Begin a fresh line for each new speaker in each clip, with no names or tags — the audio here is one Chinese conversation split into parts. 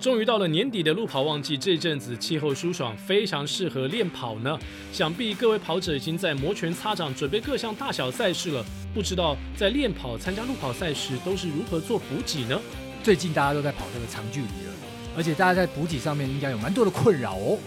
终于到了年底的路跑旺季，这阵子气候舒爽，非常适合练跑呢。想必各位跑者已经在摩拳擦掌，准备各项大小赛事了。不知道在练跑、参加路跑赛时都是如何做补给呢？
最近大家都在跑这个长距离了，而且大家在补给上面应该有蛮多的困扰哦。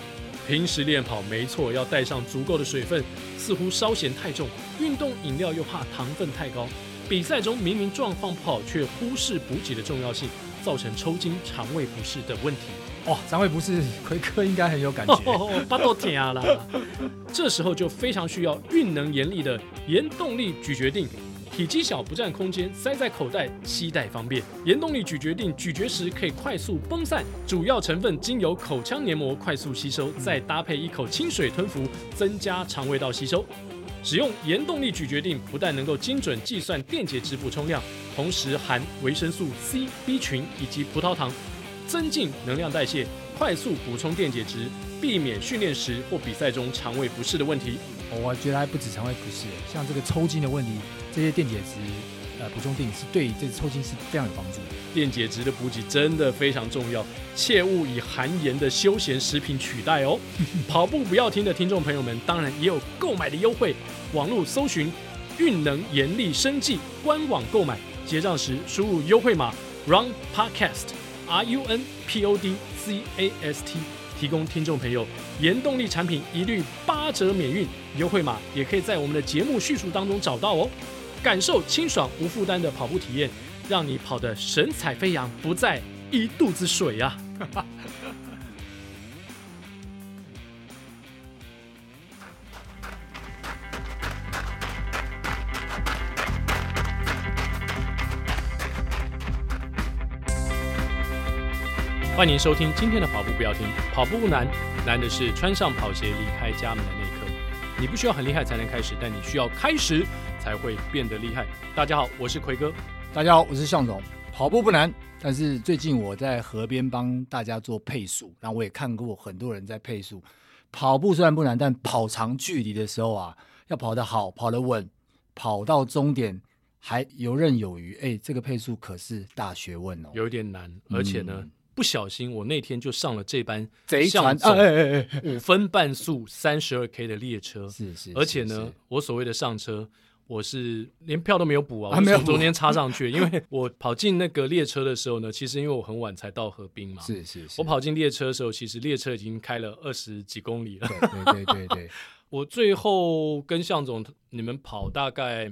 平时练跑没错，要带上足够的水分，似乎稍嫌太重；运动饮料又怕糖分太高。比赛中明明状况不好，却忽视补给的重要性，造成抽筋、肠胃不适等问题。
哦，肠胃不适，奎哥应该很有感 觉。
哦，巴豆甜啊啦！这时候就非常需要运能严厉的盐动力咀嚼定。体积小不占空间，塞在口袋，携带方便。盐动力咀嚼定咀嚼时可以快速崩散，主要成分经由口腔黏膜快速吸收，再搭配一口清水吞服，增加肠胃道吸收。使用盐动力咀嚼定不但能够精准计算电解质补充量，同时含维生素 C、B 群以及葡萄糖，增进能量代谢，快速补充电解质，避免训练时或比赛中肠胃不适的问题。
哦我觉得还不止肠胃不适，像这个抽筋的问题，这些电解质呃补充定是对这抽筋是非常有帮助的。
电解质的补给真的非常重要，切勿以含盐的休闲食品取代哦。跑步不要停的听众朋友们，当然也有购买的优惠，网络搜寻“运能盐力生技”官网购买，结账时输入优惠码 “run podcast r u n p o d c a s t”，提供听众朋友盐动力产品一律八折免运，优惠码也可以在我们的节目叙述当中找到哦。感受清爽无负担的跑步体验，让你跑得神采飞扬，不再一肚子水啊！欢迎收听今天的跑步不要停，跑步不难，难的是穿上跑鞋离开家门的那一刻。你不需要很厉害才能开始，但你需要开始才会变得厉害。大家好，我是奎哥。
大家好，我是向总。跑步不难，但是最近我在河边帮大家做配速，然后我也看过很多人在配速。跑步虽然不难，但跑长距离的时候啊，要跑得好，跑得稳，跑到终点还游刃有余。哎，这个配速可是大学问哦。
有一点难，而且呢，不小心我那天就上了这班
嗯贼船
向
啊！哎
总
哎哎哎，
五分半速三十二 K 的列车，
是是。
而且呢
是，，
我所谓的上车。我是连票都没有补啊，
啊
我
没有
是
补
从中间插上 去，因为我跑进那个列车的时候呢，其实因为我很晚才到河滨嘛，
是是是是，
我跑进列车的时候，其实列车已经开了二十几公里了，
对。对对对对，
我最后跟向总你们跑大概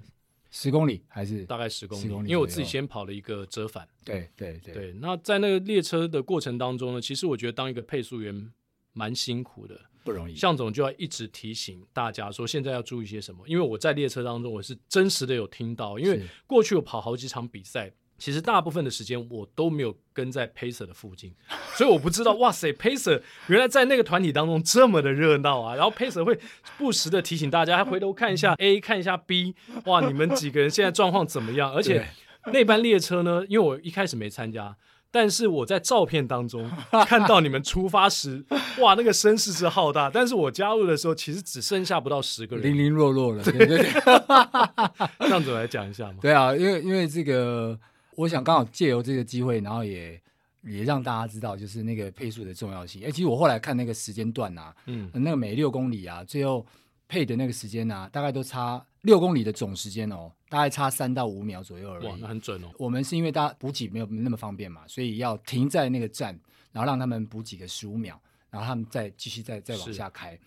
十公里还是
大概十公里，
10公里
因为我自
左
己
右
先跑了一个折返。
对对对
对，那在那个列车的过程当中呢，其实我觉得当一个配速员蛮辛苦的。
不容易。
向总就要一直提醒大家说，现在要注意些什么，因为我在列车当中我是真实的有听到，因为
是
过去我跑好几场比赛。其实大部分的时间我都没有跟在 pacer 的附近， 所以我不知道，哇塞，pacer 原来在那个团体当中这么的热闹啊！然后 pacer 会不时的提醒大家，还回头看一下 A，看一下 B，哇，你们几个人现在状况怎么样？而且那班列车呢，因为我一开始没参加，但是我在照片当 中看到你们出发时，哇，那个声势之浩大。但是我加入的时候，其实只剩下不到十个
零
人。
零落落了，对对对。
这样子来讲一下嘛，
对啊，因为因为这个，我想刚好借由这个机会，然后也也让大家知道，就是那个配速的重要性。哎、其实我后来看那个时间段啊，
嗯，
那个每六公里啊，最后配的那个时间啊，大概都差六公里的总时间哦，大概差三到五秒左右而
哇，
已
那。很准哦。
我们是因为大家补给没有那么方便嘛，所以要停在那个站，然后让他们补给个十五秒，然后他们再继续再再往
是
下开。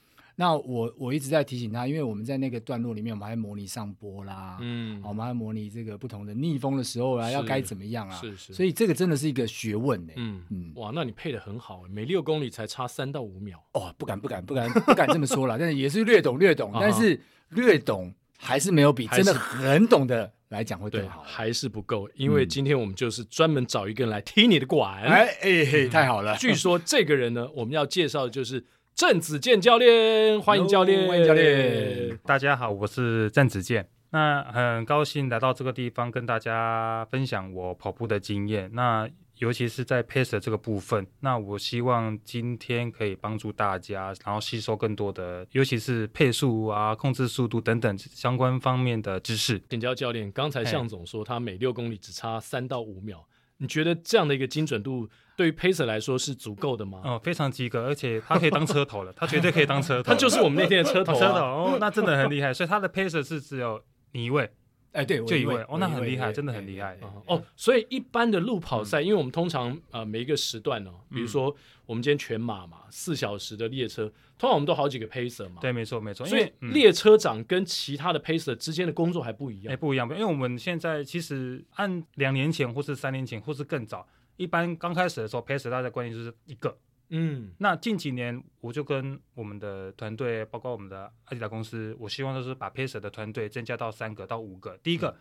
那我我一直在提醒他，因为我们在那个段落里面，我们还模拟上坡啦，
嗯
啊好，我，们还模拟这个不同的逆风的时候啊，要该
是
怎么样啊？
是是
所以这个真的是一个学问呢、
嗯
嗯
哇，那你配的很好，每六公里才差三到五秒。
哦，不敢不敢不敢不敢这么说啦， 但是也是略懂略懂，但是略懂还是没有比
啊还是
真的很懂的来讲会
对
更，好。
还是不够，因为
嗯
今天我们就是专门找一个人来踢你的管。
哎哎
嗯
嘿，太好了！
据说这个人呢，我们要介绍的就是郑子健教练， 欢迎教练，
哦欢迎教 练。
大家好，我是郑子健。那很高兴来到这个地方，跟大家分享我跑步的经验。那尤其是在 pace 的这个部分，那我希望今天可以帮助大家，然后吸收更多的，尤其是配速啊、控制速度等等相关方面的知识。
请教教练，刚才向总说他每六公里只差三到五秒，你觉得这样的一个精准度对于 pacer 来说是足够的吗？
哦，非常及格，而且他可以当车头了，他绝对可以当车 头
他
了，
就是我们那天的车
哦
头、
车
啊
头，哦，那真的很厉害。所以他的 pacer 是只有你一位，
哎，对，我
就一
位
位，哦，那
我一
很厉害，
对
真的
对
很厉害。
啊哦，所以一般的路
嗯
跑赛，因为我们通常呃每一个时段哦，比如说我们今天全马嘛，四小时的列车，通常我们都好几个 pacer 嘛，，
对，没错，没错，因
所以
为嗯
列车长跟其他的 pacer 之间的工作还不一
哎，
样。
不一样，因为我们现在其实按两年前，或是三年前，或是更早，一般刚开始的时候，pacer 大家的观念就是一个。
嗯
那近几年，我就跟我们的团队，包括我们的阿迪达公司，我希望就是把 pacer 的团队增加到三个到五个。第一
嗯
个，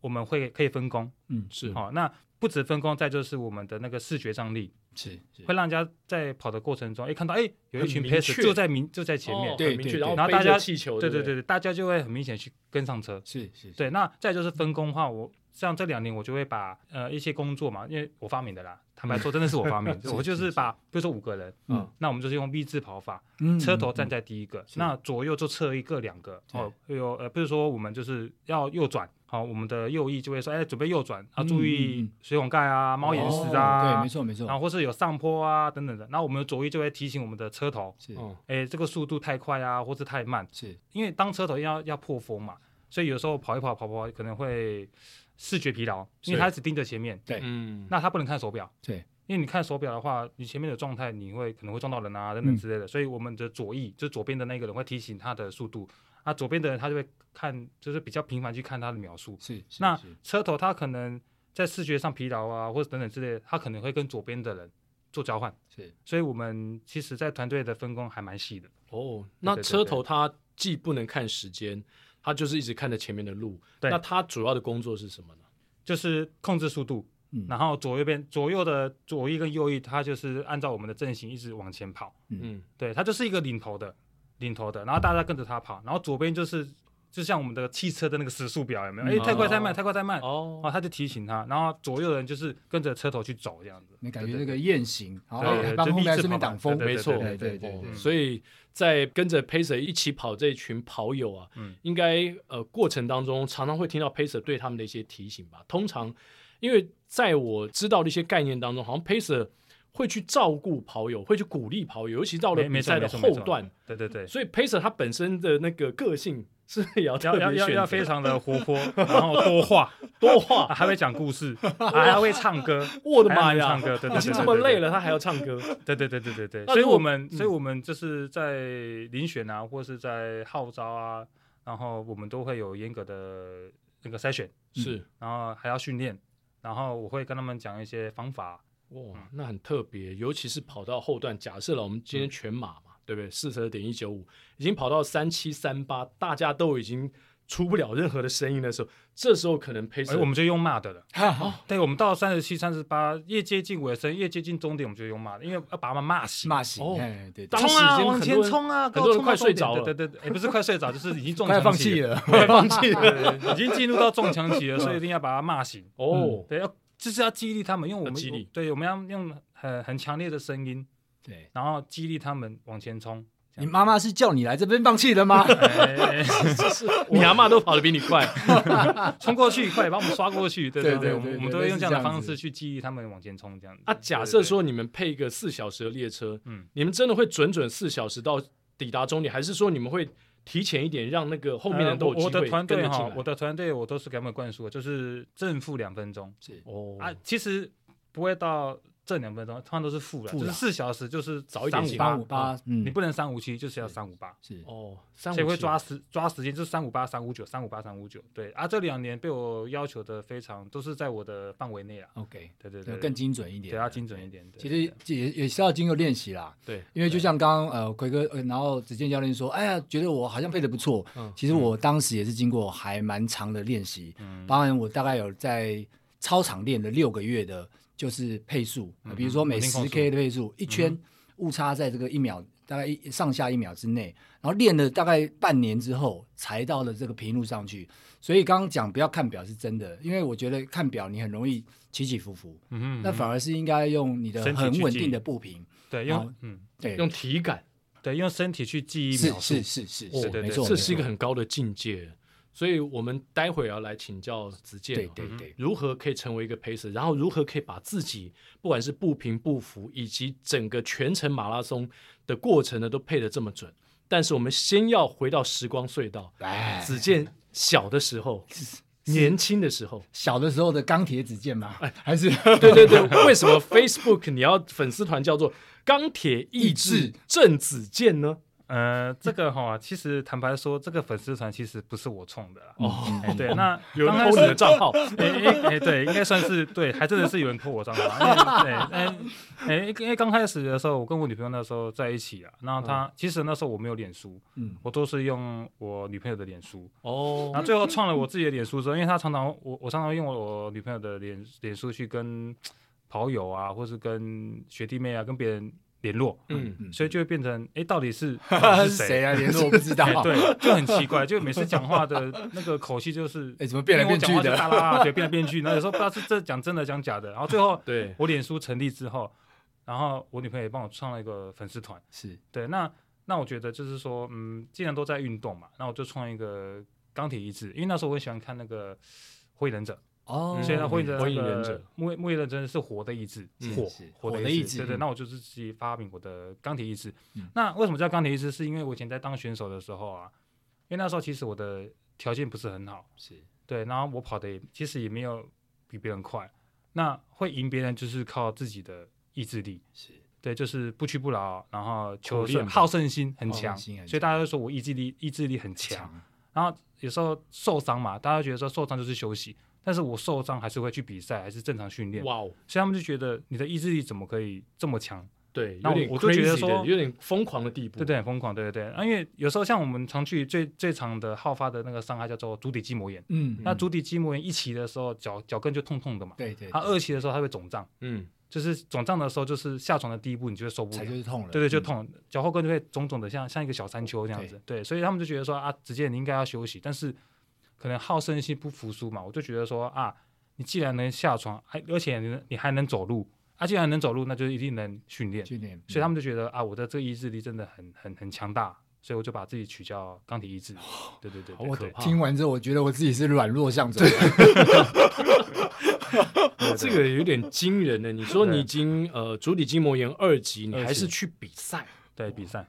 我们会可以分工，
嗯，
是
好、那不止分工，再就是我们的那个视觉张力，
是是
会让人家在跑的过程中，哎，看到哎有一群
很明确
pacer 就在明就在前面，
哦
对
很明确，
对
然后
对然后
背着
大家
气球，
对
对
对
不
对
对，
对，大家就会很明显去跟上车。
是是，
对，那再就是分工的话，我像这两年我就会把呃一些工作嘛，因为我发明的啦，坦白说真的是我 发明的，我就是把比如说五个人，
嗯
那我们就是用 V 字跑法，
嗯
车头站
嗯
在第一个，
是
那左右就侧一个两个
对
哦，会有呃，比如说我们就是要右转，好、我们的右翼就会说，哎，准备右转啊，
嗯
注
嗯
意
嗯
水桶盖啊、猫眼
哦
石啊，
对，没，错没错，
然后或是有上坡啊等等的，然后我们的左翼就会提醒我们的车头，
是
嗯，
哎，这个速度太快啊，或是太慢，
是
因为当车头要要破风嘛，所以有时候跑一跑跑跑可能会视觉疲劳，因
是
为他只盯着前面，
对
嗯，
那他不能看手表，
对，
因为你看手表的话，你前面的状态你会可能会撞到人啊等等
嗯
之类的，所以我们的左翼就是左边的那个人会提醒他的速度，啊左边的人他就会看就是比较频繁去看他的秒数，
是，是
那
是
车头他可能在视觉上疲劳啊或者等等之类的，他可能会跟左边的人做交换，
是
所以我们其实在团队的分工还蛮细的，
哦，那
对对
车头它既不能看时间，它就是一直看着前面的路。
对
那它主要的工作是什么呢？
就是控制速度。
嗯
然后左右边左右的左翼跟右翼，它就是按照我们的阵型一直往前跑，
嗯，
对，它就是一个领头的，领头的，然后大家跟着它跑，然后左边就是就像我们的汽车的那个时速表有没有？哎、
嗯
太快太
哦
慢，太快太慢，哦，
哦，
他就提醒他，然后左右的人就是跟着车头去走这样子，
你感
对
觉
对
这个
对
雁行，然后
对对
还帮
就
后面
立
顺
志
便
跑嘛
挡风，
对
没
对嗯
错，
对对
哦
对，
所以在跟着 Pacer 一起跑这一群跑友啊，
嗯
应该呃过程当中常常会听到 Pacer 对他们的一些提醒吧。通常，因为在我知道的一些概念当中，好像 Pacer 会去照顾跑友，会去鼓励跑友，尤其到了
没
比
没错
赛的
没错没
后
错
段，
对对对。
所以 Pacer 他本身的那个个性是 不是也要特
要
别
要要
选
要
择
非常的活泼，然后多话，
多话
啊，还会讲故事，啊还会唱歌。
我的妈
还能
呀！
唱歌对对对
已经
对
这么
对对
累了，他还要唱歌，
对对对对对对，
那
所以
如果
我们、
嗯
所以我们就是在遴选啊，或是在号召啊，然后我们都会有严格的那个筛选，
是
然后还要训练，然后我会跟他们讲一些方法，
哇，那很特别，尤其是跑到后段。假设了我们今天全马嘛，对不对？四十二点一九五，已经跑到三七三八，大家都已经出不了任何的声音的时候，这时候可能 p a
哎，我们就用骂的了。
哈哈，
对，我们到三十七、三十八，越接近尾声，越接近终点，我们就用骂的，因为要把他们骂醒。
骂醒
哦，
哎，对，
当
冲
时已
啊，
经
往
很
前
多人
冲啊！给
很多
我
人
冲到
快
终
睡
点
着了
对对对，哎不是快睡着，就是已经撞
快
墙
放
期
弃
了，
了，
快放弃 了
对已经进入到撞墙期了，所以一定要把它骂醒。
哦，
对，要就是要激励他们，因为我
要
们
激励
对，我们要用很很强烈的声音，
对。
然后激励他们往 前冲。这样
你妈妈是叫你来这边放弃的吗？
哎哎哎
你阿妈都跑得比你快，
冲过去，快把我们刷过去！对
对对
对，我们
对
我们都
类似
会用这样的
这样
方
子
式去激励他们往前冲，这样子
啊，假设，说你们配一个四小时的列车，
嗯
你们真的会准准四小时到抵达终点，还是说你们会提前一点，让那个后
对对对
面的人都有
呃我
机
我的
会
团
跟
队
得进
哈
来，
我？的团队我都是给他们灌输的，就是正负两分钟
是
哦
啊，其实不会到正两分钟，通常都是负了，
负啦
就是四小时就是
早一点进
三
来
八
五
五
八，
八，嗯
你，不能三五七，就是要三五八。
是
哦，三五
谁会
七
抓时抓时间？就是三五八、三五九、三五八、三五九。对啊，这两年被我要求的非常都是在我的范围内啊。
OK，
对对
对
对，
更精准一点，
对要精准一点。对
其实也也是要经过练习啦，
对
因为就像刚刚呃奎哥，呃然后子健教练说，哎呀，觉得我好像配的不错。
嗯
其实我当时也是经过还蛮长的练习，
嗯
当然我大概有在操场练了六个月的，就是配速，呃比如说每
嗯稳定
十
控
K
速嗯
的配速一圈误差在这个一秒大概一上下一秒之内，然后练了大概半年之后才到了这个平路上去。所以刚刚讲不要看表是真的，因为我觉得看表你很容易起起伏伏，
嗯
那反而是应该用你的
身体
很
去
稳
记
定的步频，
对
好
用嗯
对，
用体感，
对用身体去记忆
哦是
秒数
是。是是，
哦
是
对对
没
对
错，
这是一
没
个
错
很高的境界。所以我们待会儿要来请教子健、
对
哦，
对
嗯
对，
如何可以成为一个 pacer，然后如何可以把自己不管是步频步幅以及整个全程马拉松的过程呢，都配得这么准。但是我们先要回到时光隧道，
哎，
子健小的时 候，年轻的时候，
小的时候的钢铁子健嘛，
哎
还 是
对对对，为什么 Facebook 你要粉丝团叫做钢铁意
意
志
志
郑子健呢？
呃，这个哈，其实坦白说，这个粉丝团其实不是我创的啦。
哦，
哎对，那
有人
刚
偷你
开始
的账 号，
哎哎哎，对，应该算是对，还真的是有人扣我账号啊。因为对，哎哎，因为刚开始的时候，我跟我女朋友那时候在一起啊，那她、
哦
其实那时候我没有脸书，
嗯
我都是用我女朋友的脸书，然
哦，
后最后创了我自己的脸书之后，因为她常常我我常常用我女朋友的脸脸书去跟跑友啊，或是跟学弟妹啊，跟别人联络，
嗯，
所以就会变成哎，到 底是到
他
底
是
谁
谁啊？连我不知道
哎，。 对，就很奇怪，就每次讲话的那个口气就是，
哎怎么变来变去的
因为我讲话就大啦啦，对，变来变去，然后有时候不知道是这讲真的讲假的，然后最后
对，
我脸书成立之后，然后我女朋友也帮我创了一个粉丝团，
是
对，那那我觉得就是说，嗯，既然都在运动嘛，那我就创一个钢铁意志，因为那时候我很喜欢看那个。火影忍者，
哦
嗯
所以呢，火影忍者
火
那
影
个
忍者木
木木叶忍者是火的意志，
嗯
火
是
火
火
的
的
意
意
志，
志
对对。
嗯
那我就是自己发明我的钢铁意志
嗯。
那为什么叫钢铁意志？是因为我以前在当选手的时候啊，因为那时候其实我的条件不是很好，
是
对，然后我跑的也其实也没有比别人快，那会赢别人就是靠自己的意志力，
是
对，就是不屈不挠，然后求
苦练
胜，
嘛
好胜心很
好胜
强，
心很
所以大家都说我意志力意志力很强。然后有时候受伤嘛，大家觉得说受伤就是休息，但是我受伤还是会去比赛，还是正常训练，
哇哦，
所以他们就觉得你的意志力怎么可以这么强？
对，
那
有
我
点
我就觉得
crazy
说
的有点疯狂的地步，
对对，很疯狂，对对对。啊、因为有时候像我们常去最最常的好发的那个伤害叫做足底筋膜炎，
嗯，
那足底筋膜炎一起的时候，脚脚跟就痛痛的嘛，
对对，
它二期的时候它会肿胀，
嗯，
就是肿胀的时候就是下床的第一步你就会受不
才
了
就。是痛了，
对对，就痛，脚后跟就会肿肿的像，像一个小山丘这样子。对，所以他们就觉得说啊，直接你应该要休息，但是可能好胜心不服输嘛，我就觉得说啊，你既然能下床，还而且你你还能走路，啊，既然能走路，那就一定能训练
嗯，。训练，
所以他
们
们就觉得啊，我的这个意志力真的很很很强大，所以我就把自己取叫钢铁意志。对对对
好
对，对
可怕
听完之后，我觉得我自己是软弱向者，
哦这个有点惊人呢。你说
对
你已经呃足底筋膜炎二级，你
二级
还是去比赛，
对比赛，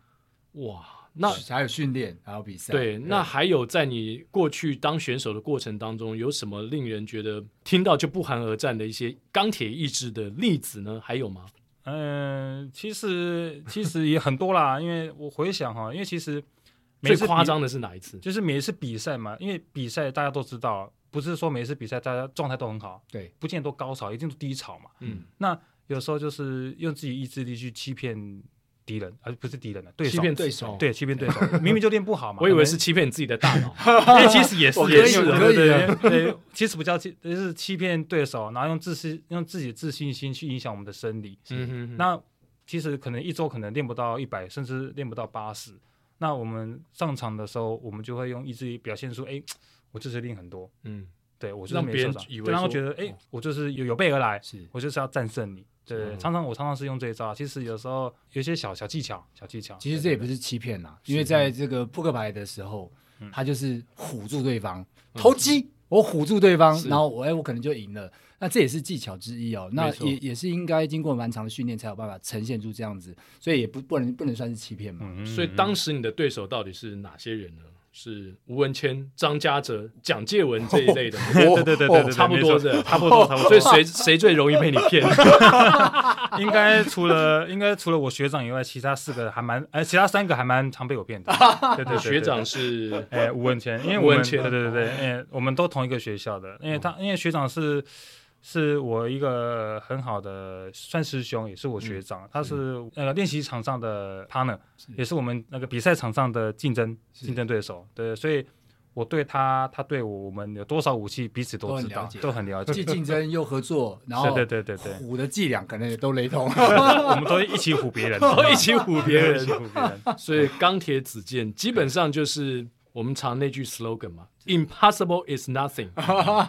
哇，那
还有训练，还有比赛，
对，那还有在你过去当选手的过程当中，有什么令人觉得听到就不寒而战的一些钢铁意志的例子呢？还有吗？
嗯，其实其实也很多啦，因为我回想哈，因为其实每
最
次比
夸张的是哪一次？
就是每一次比赛嘛，因为比赛大家都知道，不是说每一次比赛大家状态都很好，
对，
不见得都高潮，一定都低潮嘛。
嗯，
那有时候就是用自己意志力去欺骗敌人，而、不是敌人的对手，
欺骗
对
自己
手
对欺骗对手，明明就练不好嘛。
我以为
可能
是欺骗你自己的大 脑。
因为其实也是
我可以
也是
我
嗯
对
可以
对对对，其实不叫欺，就是欺骗对手，然后用自私用自己的自信心去影响我们的生理。
嗯哼哼，
那其实可能一周可能练不到一百，甚至练不到八十。那我们上场的时候，我们就会用意志力表现出，哎，我就是练很多，
嗯，
对我就是
让
没
别
受
人
伤，
以为
对让他
说哦
觉得，哎，我就是有有备而来，
是
我就是要战胜你。对，
嗯
常常我常常是用这一招。啊其实有时候有一些小小技巧，小技巧。
其实这也不是欺骗啦，因为在这个扑克牌的时候，他就是唬住对方投机，我唬住对方，然后我哎我可能就赢了。那这也是技巧之一哦，那
没错
也也是应该经过蛮长的训练才有办法呈现出这样子，所以也不不能不能算是欺骗嘛。
嗯
所以当时你的对手到底是哪些人呢？是吴文谦、张家哲、蒋介文这一类的吗。
对 对对对对，
哦差不多是
没错差不多，差不 多。
所以 谁谁最容易被你骗？
应该除了应该除了我学长以外，其他四个还蛮，呃，其他三个还蛮常被 我骗的。对对对对
学长，是
哎，吴文谦，因为
吴
我
文
们
谦
对对对对，哎，我们都同一个学校的，因为他因为学长是是我一个很好的算师兄，也是我学长，他是那个练习场上的 partner，也是我们那个比赛场上的竞争竞争对手。对，所以我对他，他对我，我们有多少武器彼此
都
都
很
知
了
道
解，
都很 了
既
解。
竞争又合作，然后
对对对对对
唬的伎俩可能也都雷同。
我们都一起唬别人，
都一起唬别人
一起唬别人。
所以钢铁子健基本上就是我们常那句 slogan 嘛，“Impossible is nothing”，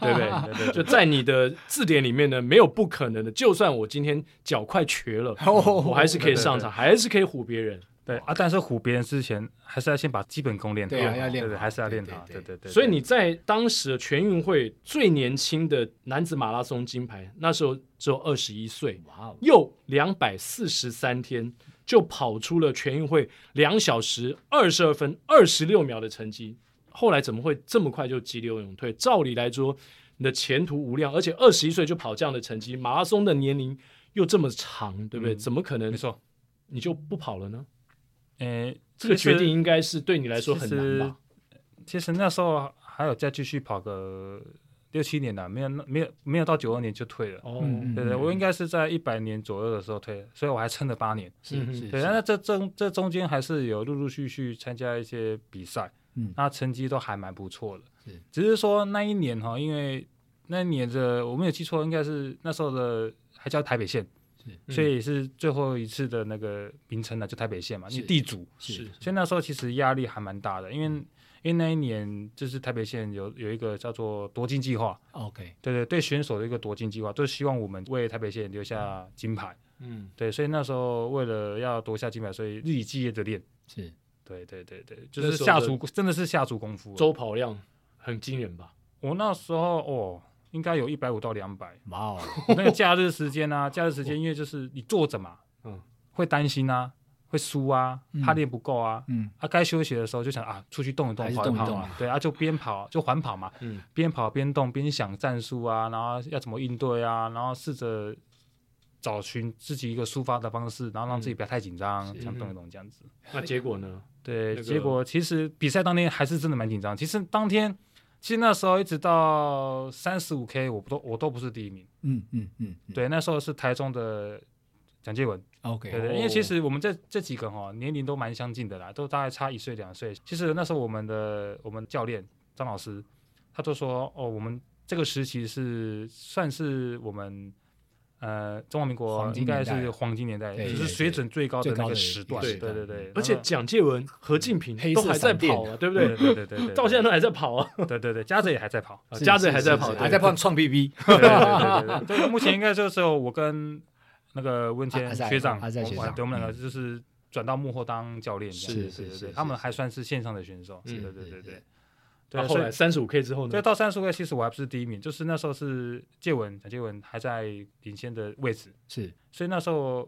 对不对？
对对对
就在你的字典里面呢，没有不
哦
可能的。就算我今天脚快瘸了，我还是可以上场，还是可以唬别人。
对啊，但是唬别人之前，还是要先把基本功练好，
对啊要练
对对
好
还是要
对
练
对
好，
对
对对对。
所以你在当时的全运会最年轻的男子马拉松金牌，那时候只有二十一岁，
哇哦，
又两百四十三天就跑出了全运会两小时二十二分二十六秒的成绩。后来怎么会这么快就急流勇退？照理来说，你的前途无量，而且二十一岁就跑这样的成绩，马拉松的年龄又这么长，对不对？
嗯
怎么可能
没错，
你就不跑了呢？
呃，
这个
其实
决定应该是对你来说很难吧？
其实那时候还有再继续跑个六七年的，没有那没有没有到九二年就退了。
哦，
嗯
对对，我应该是在一百年左右的时候退的，所以我还撑了八年。
是
嗯
是，
对，
是
那这中这中间还是有陆陆续续参加一些比赛，
嗯
那成绩都还蛮不错的
是。
只是说那一年哈，因为那一年的我没有记错，应该是那时候的还叫台北县，
嗯
所以是最后一次的那个名称呢，就台北县嘛，
是
你地主，
是
所以那时候其实压力还蛮大的，因为
嗯
因为那一年就是台北县有有一个叫做夺金计划，
OK，
对对对，选手的一个夺金计划，就是希望我们为台北县留下金牌。
嗯，
对，所以那时候为了要夺下金牌，所以日以继夜的练。
是
对对对对，就是
那时候
下
的
足真的是下足功夫。
周跑量很惊人 吧？
我那时候哦，应该有一百五到两百。
嗯
哇哦，
我那个假日时间啊，假日时间因为就是你坐着嘛，
哦嗯
会担心啊，会输啊，怕
嗯
练不够啊。
嗯，
啊，该休息的时候就想啊，出去动一动，
还是
跑一
动一
跑
动
嘛。对啊，就边跑就环跑嘛，
嗯，
边跑边动，边想战术啊，然后要怎么应对啊，然后试着找寻自己一个抒发的方式，然后让自己不要太紧张，
嗯是
想动一动这样子。
那结果呢？
对，
那个
结果其实比赛当天还是真的蛮紧张。其实当天，其实那时候一直到三十五 K，我不都我都不是第一名。
嗯嗯嗯，嗯
对，那时候是台中的蒋介文。
，OK，
对对，因为其实我们这这几个哈、年龄都蛮相近的啦，都大概差一岁两岁。其实那时候我们的我们教练张老师，他就说哦，我们这个时期是算是我们呃中华民国
黄金
应该
年代
是黄金年代，
对
就是
对
水准最高的
最
那
高
个
的
时段。
对
对对对，
而且
那
蒋介文、何敬平
黑色
都还在
闪电
跑啊，对不
对
对？
对对对对，
到现在都还在跑啊，
对对对，家泽也还在跑，
是
家子还
是
在
是
跑，
是
对
还在跑创 BB，
对对对对对，对目前应该就是我跟那个温
啊
谦
阿塞
学长，
阿塞学长
对我们两个就是转到幕后当教练这样
是
子，对
是
对
是
对，
是
他们
是
还算是线上的选手，对
嗯
对对
是
对对
是。
对，
后
所
来
以
三十五 K 之后
所以
呢？
到三十位，其实我还不是第一名，就是那时候是介文，蒋介文还在领先的位置，
是
所以那时候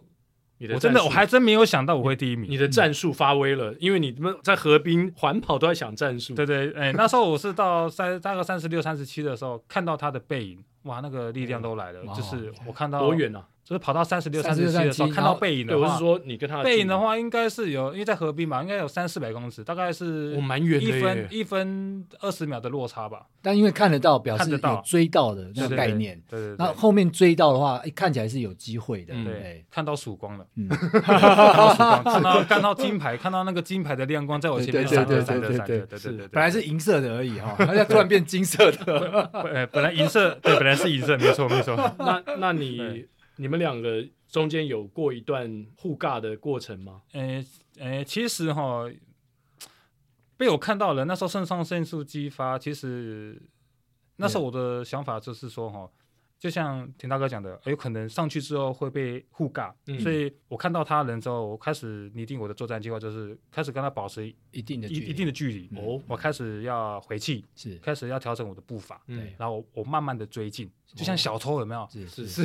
你的
我真的
战术
我还真没有想到我会第一名
你。的战术发威了，因为你们在河滨环跑都在想战术，
对对，哎，那时候我是到三大概三十六、三十七的时候，看到他的背影，哇，那个力量都来了，
哇
就是我看到
多远啊？
就是跑到三十六、三十
36
七的时候
37
看到背影
对，
的
我
话，
是说你跟他的距离
背影的，话应该是有，因为在河滨嘛，应该有三四百公尺，大概是
我蛮远的
一分
耶。
一分二十秒的落差吧。
但因为看得到，表
看
示
得到
有追到的那个
对对
概
对
念。
对对
那
对，
后面追到的话，哎看起来是有机会的。
嗯
对，
看到曙光了，
嗯
看到曙光，看到看到金牌，看到那个金牌的亮光在我前面
对
闪
对
着
对
闪
对
着闪
对
着，对对对对。
本来是银色的而已哈，现在突然变金色的。
呃本来银色，对，本来是银色，没错没错。
那那你
对
你们两个中间有过一段互尬的过程吗？
呃呃，其实哈，被我看到了，那时候肾上腺素激发，其实那时候我的想法就是说哈，就像田大哥讲的，哎有可能上去之后会被互尬，
嗯
所以我看到他人之后，我开始拟定我的作战计划，就是开始跟他保持一
一定的距离
一定的距离，
嗯
哦，
我开始要回气，
是
开始要调整我的步伐。
嗯，
然后我我慢慢的追进，
哦
就像小偷 有没有？
是
是
是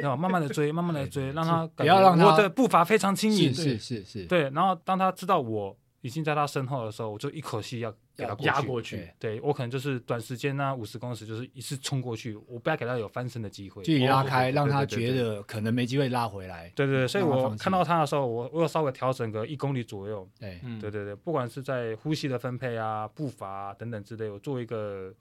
然后慢慢的追，慢慢的追，
哎对
让他
不
感
要
觉
让他
我的步伐非常轻盈，
是是是是，
对，然后当他知道我已经在他身后的时候，我就一口气要给他
要
过
压
去
过去，
对我可能就是短时间啊呢，五十公尺就是一次冲过去，我不要给他有翻身的机会。
距离拉开，
哦
让他
对对
觉
对对
得可能没机会拉回来。
对对对，所以
让他
我
放弃
看到他的时候，我我有稍微调整个一公里左右。
对，
嗯
对对对，不管是在呼吸的分配啊、步伐啊等等之类，我做一个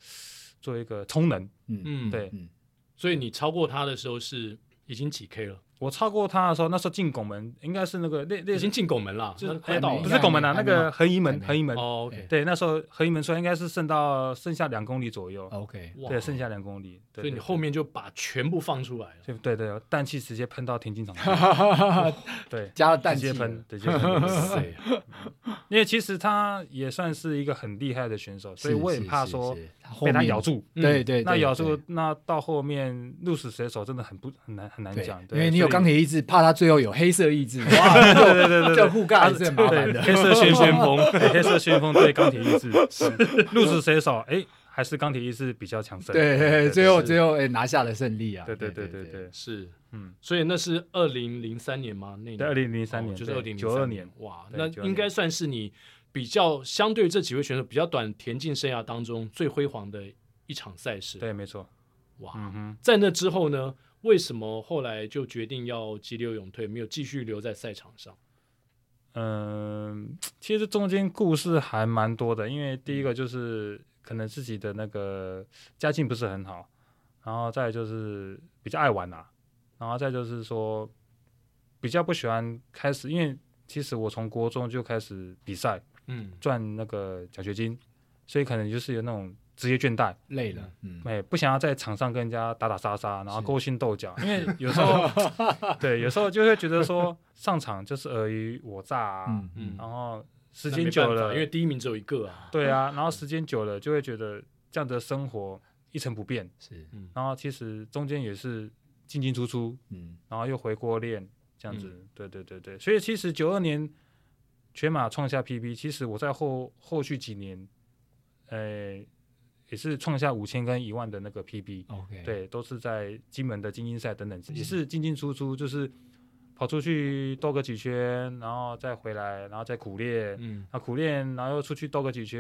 做一个充能。
嗯
嗯，
对
嗯，
所以你超过他的时候是已经几 K 了，
我超过他的时候，那时候进拱门应该是那个类类
已
似
经进拱门了，
就
那
是
快到
还
了
没
不是拱门啊，
还
那
没吗
个横移门，
还没
横移门。
哦，OK，
对，那时候横移门出来应该是剩到剩下两公里左右。
OK，
哇
对，剩下两公里。对
所以你
对
后面就把全部放出来 了。
对对对，氮气直接喷到田径场上， 对，
加了氮
直
气
接
了
喷，，直接 喷。
塞
因为其实他也算是一个很厉害的选手，所以
是
我也
是
怕
是
说
是后
被它
面
咬，住。
嗯
对对，
那
对
咬
对
住，那到后面鹿死谁手真的很不很难很难
对
讲，
因
对
为你有
所以
钢铁意志，怕他最后有黑色意志，哇，
对对对对
这
对，
互尬还是很麻烦
对
的。
黑色旋旋 风，对黑色旋风对钢铁意志，鹿死谁手，哎，还是钢铁意志比较强盛。
对，嘿嘿最后
是
最后哎拿下了胜利啊！
对对对
对
对对，
是，
嗯，
所以那是二零零三年吗？那年
在二零零三
哦
年，
就是二零
九二年，，
哇，
对
那
92
应该算是你比较相对这几位选手比较短田径生涯当中最辉煌的一场赛事。，
对，没错，
哇，
嗯哼，
在那之后呢，为什么后来就决定要急流勇退，没有继续留在赛场上？
嗯，其实中间故事还蛮多的，因为第一
嗯
个就是可能自己的那个家境不是很好，然后再来就是比较爱玩啦、然后再就是说比较不喜欢开始，因为其实我从国中就开始比赛，
嗯，
赚那个奖学金，所以可能就是有那种职业倦怠，
累了，嗯，
哎，不想要在场上跟人家打打杀杀，然后
是
勾心斗角，因为有 时候，对，有时候就会觉得说上场就是尔虞我诈啊，
嗯
嗯
嗯，
然后时
那
间
没
久
办法
了，
因为第一名只有一个啊。
对啊，然后时间久了就会觉得这样的生活一成不变，
是，
嗯，
然后其实中间也是进进出出，
嗯，
然后又回锅练这样子，
嗯
对对对对，所以其实九二年全马创下 PB，其实我在后后续几年，呃，也是创下五千跟一万的那个 PB，
OK，，
对，都是在金门的精英赛等等，也是进进出出，就是跑出去兜个几圈，然后再回来，然后再苦练。
嗯，
啊，苦练，然后又出去兜个几圈，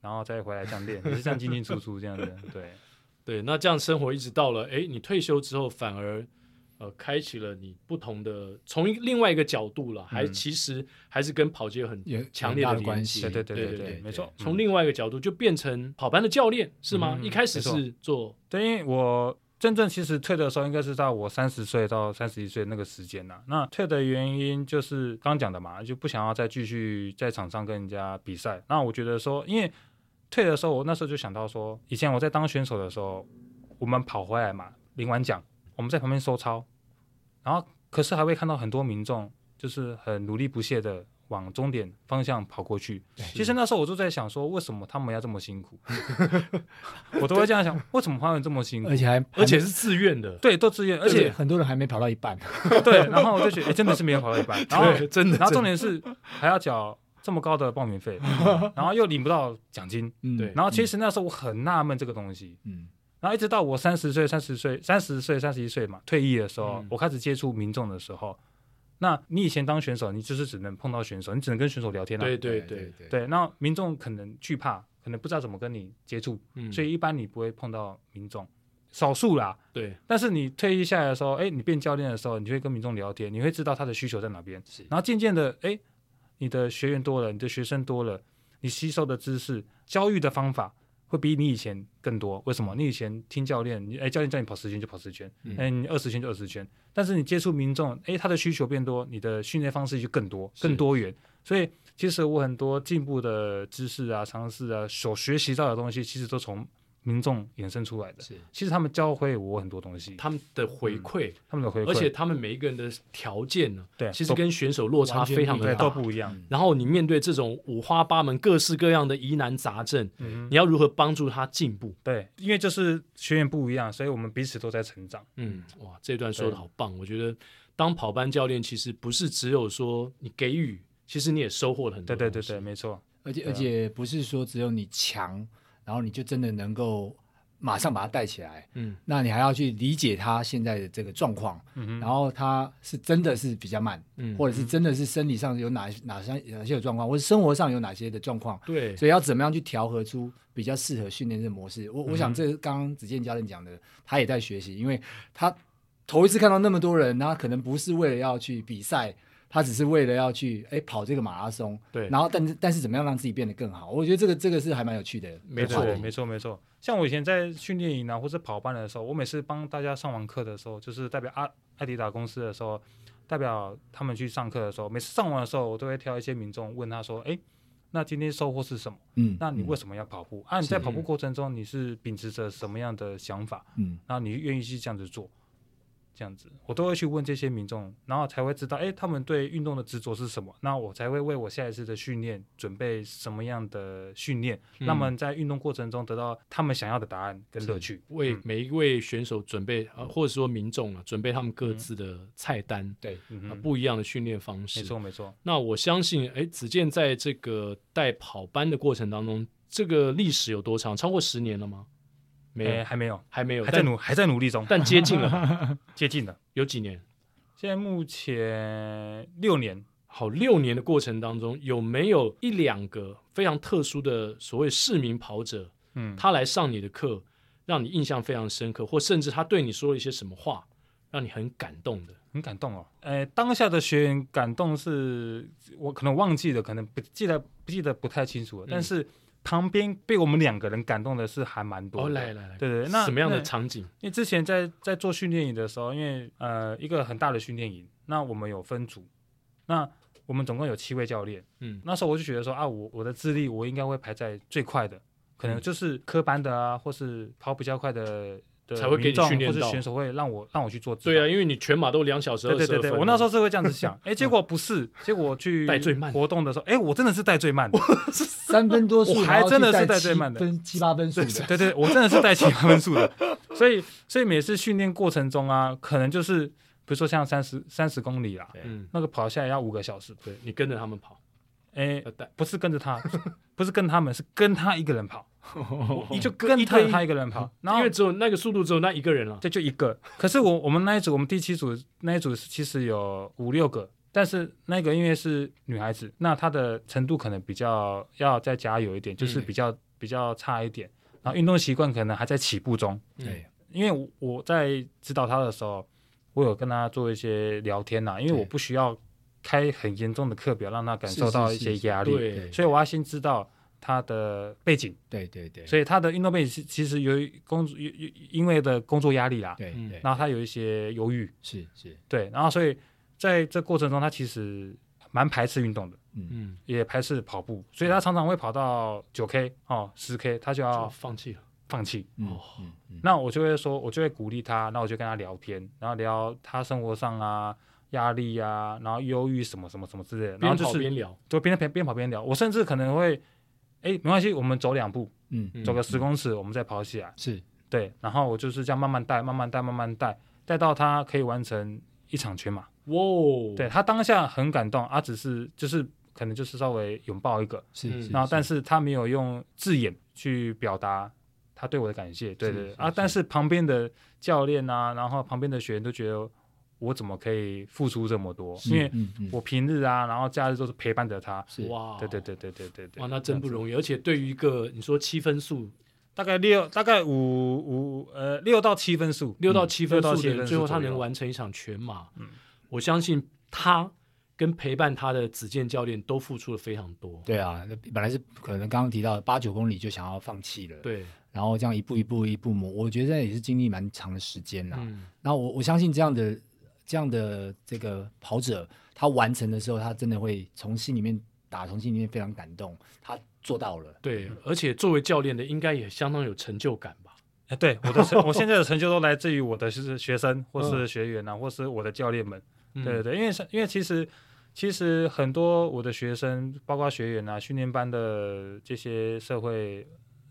然后再回来这样练，也是这样进进出出这样子。对，
对，那这样生活一直到了，哎，你退休之后反而。呃，开启了你不同的，从一另外一个角度了，还
嗯
其实还是跟跑界有很
有
强烈
很大
的
的关
联
系
系，
对对对
对
对
对
对，
对
没错。
从
嗯
另外一个角度就变成跑班的教练是吗？
嗯
一开始
没
是 做
对，因为我真正其实退的时候，应该是到我三十岁到三十一岁那个时间啦、那退的原因就是刚讲的嘛，就不想要再继续在场上跟人家比赛。那我觉得说，因为退的时候，我那时候就想到说，以前我在当选手的时候，我们跑回来嘛，领完奖，我们在旁边收操，然后可是还会看到很多民众就是很努力不懈的往终点方向跑过去。其实那时候我就在想说，为什么他们要这么辛苦？ 我都会这样想，为什么他们这么辛苦？
而且还
而且是自愿 的，
对，都自愿，而
而且
且
很多人还没跑到一半，
对，然后我就觉得、哎诶真的是没有跑到一半，然后
对，真的
然后重点是还要缴这么高的报名费， 然后又领不到奖金，
嗯，
对
然后其实那时候我很纳闷这个东西，
嗯，
然后一直到我三十岁、三十岁、三十岁、三十一岁嘛退役的时候
嗯，
我开始接触民众的时候，那你以前当选手，你就是只能碰到选手，你只能跟选手聊天啊，
对
对
对对，
对，
对，那民众可能惧怕，可能不知道怎么跟你接触，
嗯，
所以一般你不会碰到民众，少数啦，
对
但是你退役下来的时候，哎，你变教练的时候，你就会跟民众聊天，你会知道他的需求在哪边
是。
然后渐渐的，哎，你的学员多了，你的学生多了，你吸收的知识、教育的方法会比你以前更多。为什么？你以前听教练，你哎，教练叫你跑十圈就跑十圈
嗯，
哎、你二十圈就二十圈。但是你接触民众，哎，他的需求变多，你的训练方式就更多、
是
更多元。所以其实我很多进步的知识啊、尝试啊，所学习到的东西，其实都从民众衍生出来的。
是
其实他们教会我很多东西，
他们的回馈，
他们的嗯回馈，
而且他们每一个人的条件呢，
对
其实跟选手落差非常
完
的
对都
大。
不一样。
嗯
然后你面对这种五花八门、各式各样的疑难杂症，
嗯哼，
你要如何帮助他进步？
对，因为就是学员不一样，所以我们彼此都在成长。
嗯，哇，这段说的好棒！我觉得当跑班教练其实不是只有说你给予，其实你也收获了很
对
多。
对对对，，没错。
而且
对啊
而且不是说只有你强，然后你就真的能够马上把它带起来，
嗯，
那你还要去理解他现在的这个状况，
嗯哼，
然后他是真的是比较慢，
嗯
或者是真的是生理上有哪哪些哪些有状况，或者生活上有哪些的状况，
对，
所以要怎么样去调和出比较适合训练这个模式？我我
嗯
想这刚刚子健教练讲的，他也在学习，因为他头一次看到那么多人，他可能不是为了要去比赛，他只是为了要去哎跑这个马拉松，
对
然后但是但是怎么样让自己变得更好？我觉得这个这个是还蛮有趣的，
没错
话
对
题
没错，没错。像我以前在训练营啊，或者跑班的时候，我每次帮大家上完课的时候，就是代表阿艾迪达公司的时候，代表他们去上课的时候，每次上完的时候，我都会挑一些民众问他说：“哎，那今天收获是什么？
嗯，
那你为
什
什么要跑步？啊，你在
是
跑步过程中，你是秉持着什么样的想法？
嗯
然后你愿意去这样子做。这样子，我都会去问这些民众，然后才会知道，哎，他们对运动的执着是什么。那我才会为我下一次的训练准备什么样的训练，
嗯
那么在运动过程中得到他们想要的答案跟乐趣。
为
嗯
每一位选手准备，呃，或者说民众啊，准备他们各自的菜单，
对，
嗯
啊
哼，
不一样的训练方式。
没错没错，
那我相信，哎，子健在这个带跑班的过程当中，这个历史有多长？超过十年了吗？没有，
哎，还没有，
还没有，
还在
但
努还在努力中，
但接近了吧，
接近了。
有几年？
现在目前六年，
好，六年的过程当中，有没有一两个非常特殊的所谓市民跑者，
嗯，
他来上你的课，让你印象非常深刻，或甚至他对你说了一些什么话，让你很感动的？
很感动哦。呃，当下的学员感动是我可能忘记了，可能不记得不记得不太清楚了，
嗯
但是旁边被我们两个人感动的是还蛮多
哦，
的。
来来来，
对对，那
什么样的
那
场景？
因为之前在在做训练营的时候，因为呃一个很大的训练营，那我们有分组，那我们总共有七位教练。
嗯
那时候我就觉得说啊，我我的智力我应该会排在最快的，可能
嗯
就是科班的啊，或是跑比较快的的
才会给你
民众
训练
或是
到
选手会让我让我去做指导。
对啊，因为你全马都两小时二
对
十
对
分
对对，
了
我那时候是会这样 子想，哎，结果不是，结果去
带最慢的
活动的时候，哎，我真的是带最慢的，
三分多
我
数，
还
然后
真的
去带
是带
七
最慢的
分七八分数的，
对对，我真的是带其他分 数的，所以所以每次训练过程中啊，可能就是比如说像三十三十公里啦，
嗯，
那个跑下来要五个小时，
对你跟着他们跑，
哎
要，带
不是跟着他，不是跟他们，是跟他一个 人跑，你就
个
跟
哦一对
着
一
他一个人跑，然
因
后
为只有那个速度只有那一个人了、
这就一个，可是我我们那一组，我们第七组那一组其实有五六个。但是那个因为是女孩子，那她的程度可能比较要再加油一点，就是
嗯
比较、比较差一点，然后运动习惯可能还在起步中，
对，
因为我我在指导他的时候，我有跟他做一些聊天呐、因为
对
我不需要开很严重的课表让他感
是
受
是
到
是
一些
是
压力，
对，
所以我要先知道他的背景，
对对对，
所以他的运动背景是其实由于工作，有有因为的工作压力啦，
对
嗯
对
然后他有一些忧郁，
是是，
对，然后所以在这过程中，他其实蛮排斥运动的。
嗯，
也排斥跑步，所以他常常会跑到九 K 哦十 K，他就
就
要
放弃了，
放弃。
嗯
哦
嗯嗯，
那我就会说，我就会鼓励他，那我就跟他聊天，然后聊他生活上啊、压力啊，然后忧郁什么什么什么之类的，然
边
后就
跑
是
边聊，
就边边边跑边聊。我甚至可能会，哎，没关系，我们走两步，
嗯
嗯
走个十公尺，我们再跑起来。
是
对，然后我就是这样慢慢带，慢慢带，慢慢带，带到他可以完成一场全马。
哇哦，
对他当下很感动，啊，只是就是可能就是稍微拥抱一个，
嗯
是，是
然后但
是
是他没有用字眼去表达他对我的感谢，对
是
对对
是
啊，
是
但是旁边的教练啊，然后旁边的学员都觉得我怎么可以付出这么多？因为
嗯嗯
我平日啊，然后假日都是陪伴着他，
是
哇，
对对，对对对对
哦
对，
哇，那真不
易。
容易，而且对于一个你说七分数
大概六大概五五呃六到七分数，
六到七分
嗯六
数
到七
的
分
人，
数
最后他
左右
能完成一场全马，
嗯
我相信他跟陪伴他的子健教练都付出了非常多，
对啊，那本来是可能刚刚提到的八九公里就想要放弃了，，
对，
然后这样一步一步一步磨，我觉得也是经历蛮长的时
啊
间啦。
嗯，
那我我相信这样的这样的这个跑者，他完成的时候，他真的会从心里面打从心里面非常感动，他做到了。
嗯
对，而且作为教练的应该也相当有成就感吧，
哎，对我的成，我现在的成就都来自于我的就是学生或是学员啊，或是我的教练们。
嗯
对对对，因为是因为其实其实很多我的学生，包括学员啊、训练班的这些社会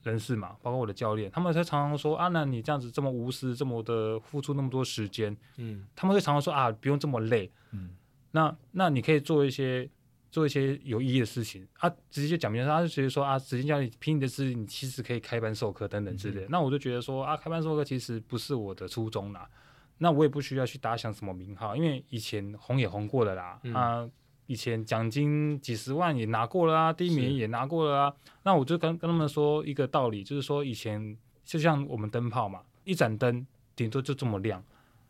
人士嘛，包括我的教练，他们会常常说啊，那你这样子这么无私，这么的付出那么多时间，
嗯
他们会常常说啊，不用这么累。
嗯，
那那你可以做一些做一些有意义的事情啊，直接讲明了，他就直接说啊，直接叫你凭你的智力，你其实可以开班授课等等之类的。那我就觉得说啊，开班授课其实不是我的初衷啦，那我也不需要去打响什么名号，因为以前红也红过了啦，
嗯
啊，以前奖金几十万也拿过了啊，第一名也拿过了啊。那我就跟跟他们说一个道理，就是说以前就像我们灯泡嘛，一盏灯顶多就这么亮。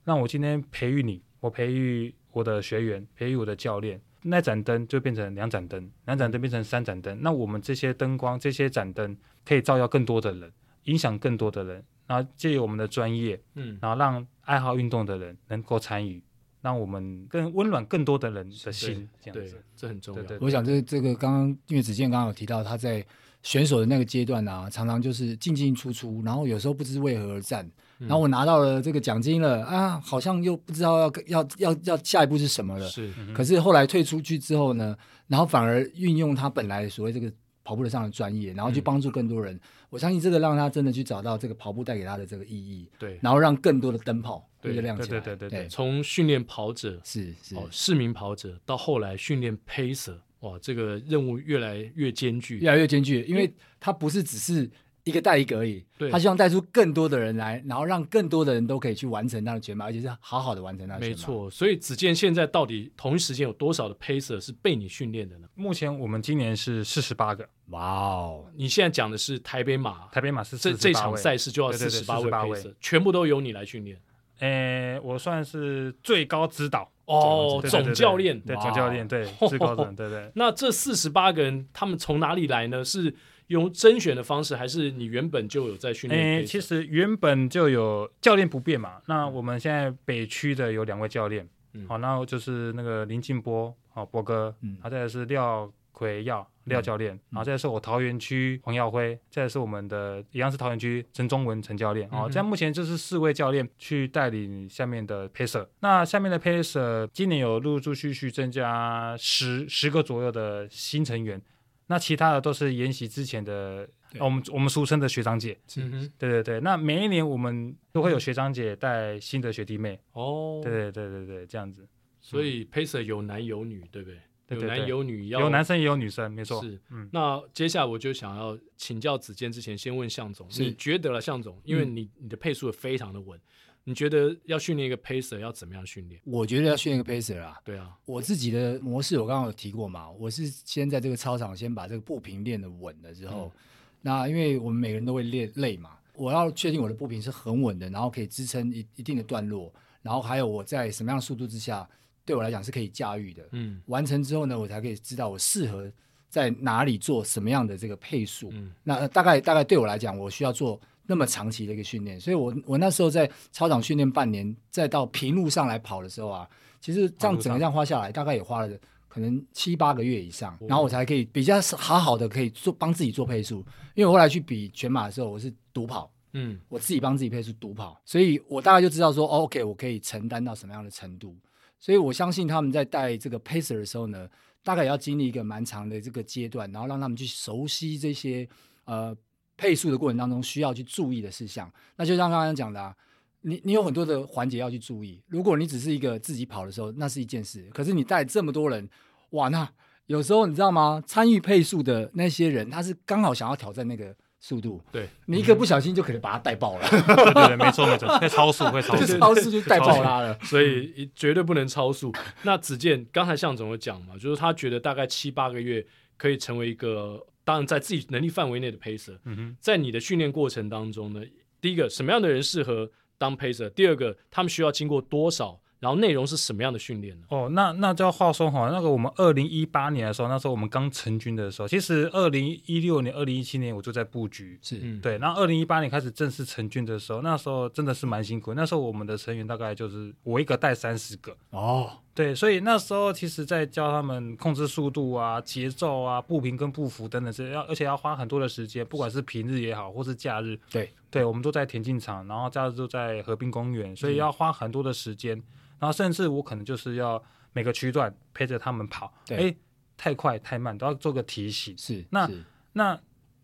那我今天培育你，我培育我的学员，培育我的教练，那盏灯就变成两盏灯，两盏灯变成三盏灯。那我们这些灯光，这些盏灯可以照耀更多的人，影响更多的人，然后借由我们的专业，
嗯，
然后让爱好运动的人能够参与，让我们更温暖更多的人的心，这样
对
子。，
这很重要，
对对
我想这这个刚刚因为子健刚刚有提到他在选手的那个阶段啊，常常就是进进出出，然后有时候不知为何而战，
嗯
然后我拿到了这个奖金了啊，好像又不知道要要要要下一步是什么了。
是
嗯
可是后来退出去之后呢，然后反而运用他本来所谓这个跑步的上的专业，然后
嗯
去帮助更多人。我相信这个让他真的去找到这个跑步带给他的这个意义，
对，
然后让更多的灯泡
对
会亮起来。
对对对对对
从训练跑者
是是
哦，市民跑者到后来训练 pacer，哇，这个任务越来越艰巨。
越来越艰巨，因为他不是只是一个带一个而已
对，
他希望带出更多的人来，然后让更多的人都可以去完成他的全马，而且是好好的完成他的全马。
没，错，所以子健现在到底同一时间有多少的 pacer 是被你训练的呢？
目前我们今年是四十八个，
哇哦，
你现在讲的是台北马，
台北马是
这
48
这场
位
赛事就要
对对
四
对
十八位
48
pacer，全部都由你来训练。
诶，我算是最高指导
哦，
对对对
总
对
教练
对
哇
总教练对最高指导对对。
那这四十八个人，他们从哪里来呢？是用甄选的方式，还是你原本就有在训练？
诶，其实原本就有教练不变嘛。那我们现在北区的有两位教练，好、
嗯
然后就是那个林静波，好、波哥，
嗯
然后再来是廖奎耀
嗯
廖教练，然后再来是我桃园区黄耀辉，再来是我们的一样是桃园区陈中文陈教练，
嗯
哦，
哼
这样目前就是四位教练去带领下面的 pacer。那下面的 pacer 今年有陆陆续续增加十十个左右的新成员，那其他的都是研习之前的。
对
哦我们我们俗称的学长姐，
嗯哼，
对对对，那每一年我们都
嗯
会有学长姐带新的学弟妹，
哦，
对对对对对，这样子，
所以 pacer 有男有女，对不对？
对对
有男
对
有女，要
有男生也有女生，没错，
是。
嗯
那接下来我就想要请教子健之前，先问向总，
是
你觉得了向总，因为
嗯
你、你的配速也非常的稳，你觉得要训练一个 pacer 要怎么样训练？
我觉得要训练一个 pacer 啊。
对啊，
我自己的模式，我刚刚有提过嘛，我是先在这个操场先把这个步频练得稳了之后，
嗯
那因为我们每个人都会练累嘛，我要确定我的步频是很稳的，然后可以支撑一一定的段落，然后还有我在什么样的速度之下，对我来讲是可以驾驭的。
嗯
完成之后呢，我才可以知道我适合在哪里做什么样的这个配速。
嗯
那呃大概大概对我来讲，我需要做那么长期的一个训练，所以我我那时候在操场训练半年，再到平路上来跑的时候啊，其实这
马
样
路
整个
上
这样花下来，大概也花了可能七八个月以上，
哦
然后我才可以比较好好的可以做帮自己做配速，因为我后来去比全马的时候，我是独跑。
嗯，
我自己帮自己配速独跑，所以我大概就知道说、哦、，OK，我可以承担到什么样的程度。所以我相信他们在带这个 pacer 的时候呢，大概也要经历一个蛮长的这个阶段，然后让他们去熟悉这些呃配速的过程当中需要去注意的事项。那就像刚刚讲的、啊，你你有很多的环节要去注意。如果你只是一个自己跑的时候，那是一件事；可是你带这么多人，哇，那有时候你知道吗？参与配速的那些人，他是刚好想要挑战那个速度，
对，
你一个不小心就可能把他带爆了。
对对对，没错没错， 会超速会 超
就
速，
超市就带爆拉了。
所以一绝对不能超速。那子健刚才向总有讲嘛，就是他觉得大概七八个月可以成为一个，当然在自己能力范围内的 pacer。
嗯哼，
在你的训练过程当中呢，第一个什么样的人适合当 pacer？第二个他们需要经过多少？然后内容是什么样的训练呢？
哦，那那就要话说哈，那个我们二零一八年的时候，那时候我们刚成军的时候，其实二零一六年、二零一七年我就在布局，
是
嗯，
对，那二零一八年开始正式成军的时候，那时候真的是蛮辛苦，那时候我们的成员大概就是我一个带三十个，
哦，
对，所以那时候其实在教他们控制速度啊、节奏啊、步频跟步幅等等这些，要而且要花很多的时间，不管是平日也好，或是假日，
对
对，我们都在田径场，然后假日都在河滨公园，所以要花很多的时间，然后甚至我可能就是要每个区段陪着他们跑，
对
诶，太快太慢都要做个提醒。
是
那
是
那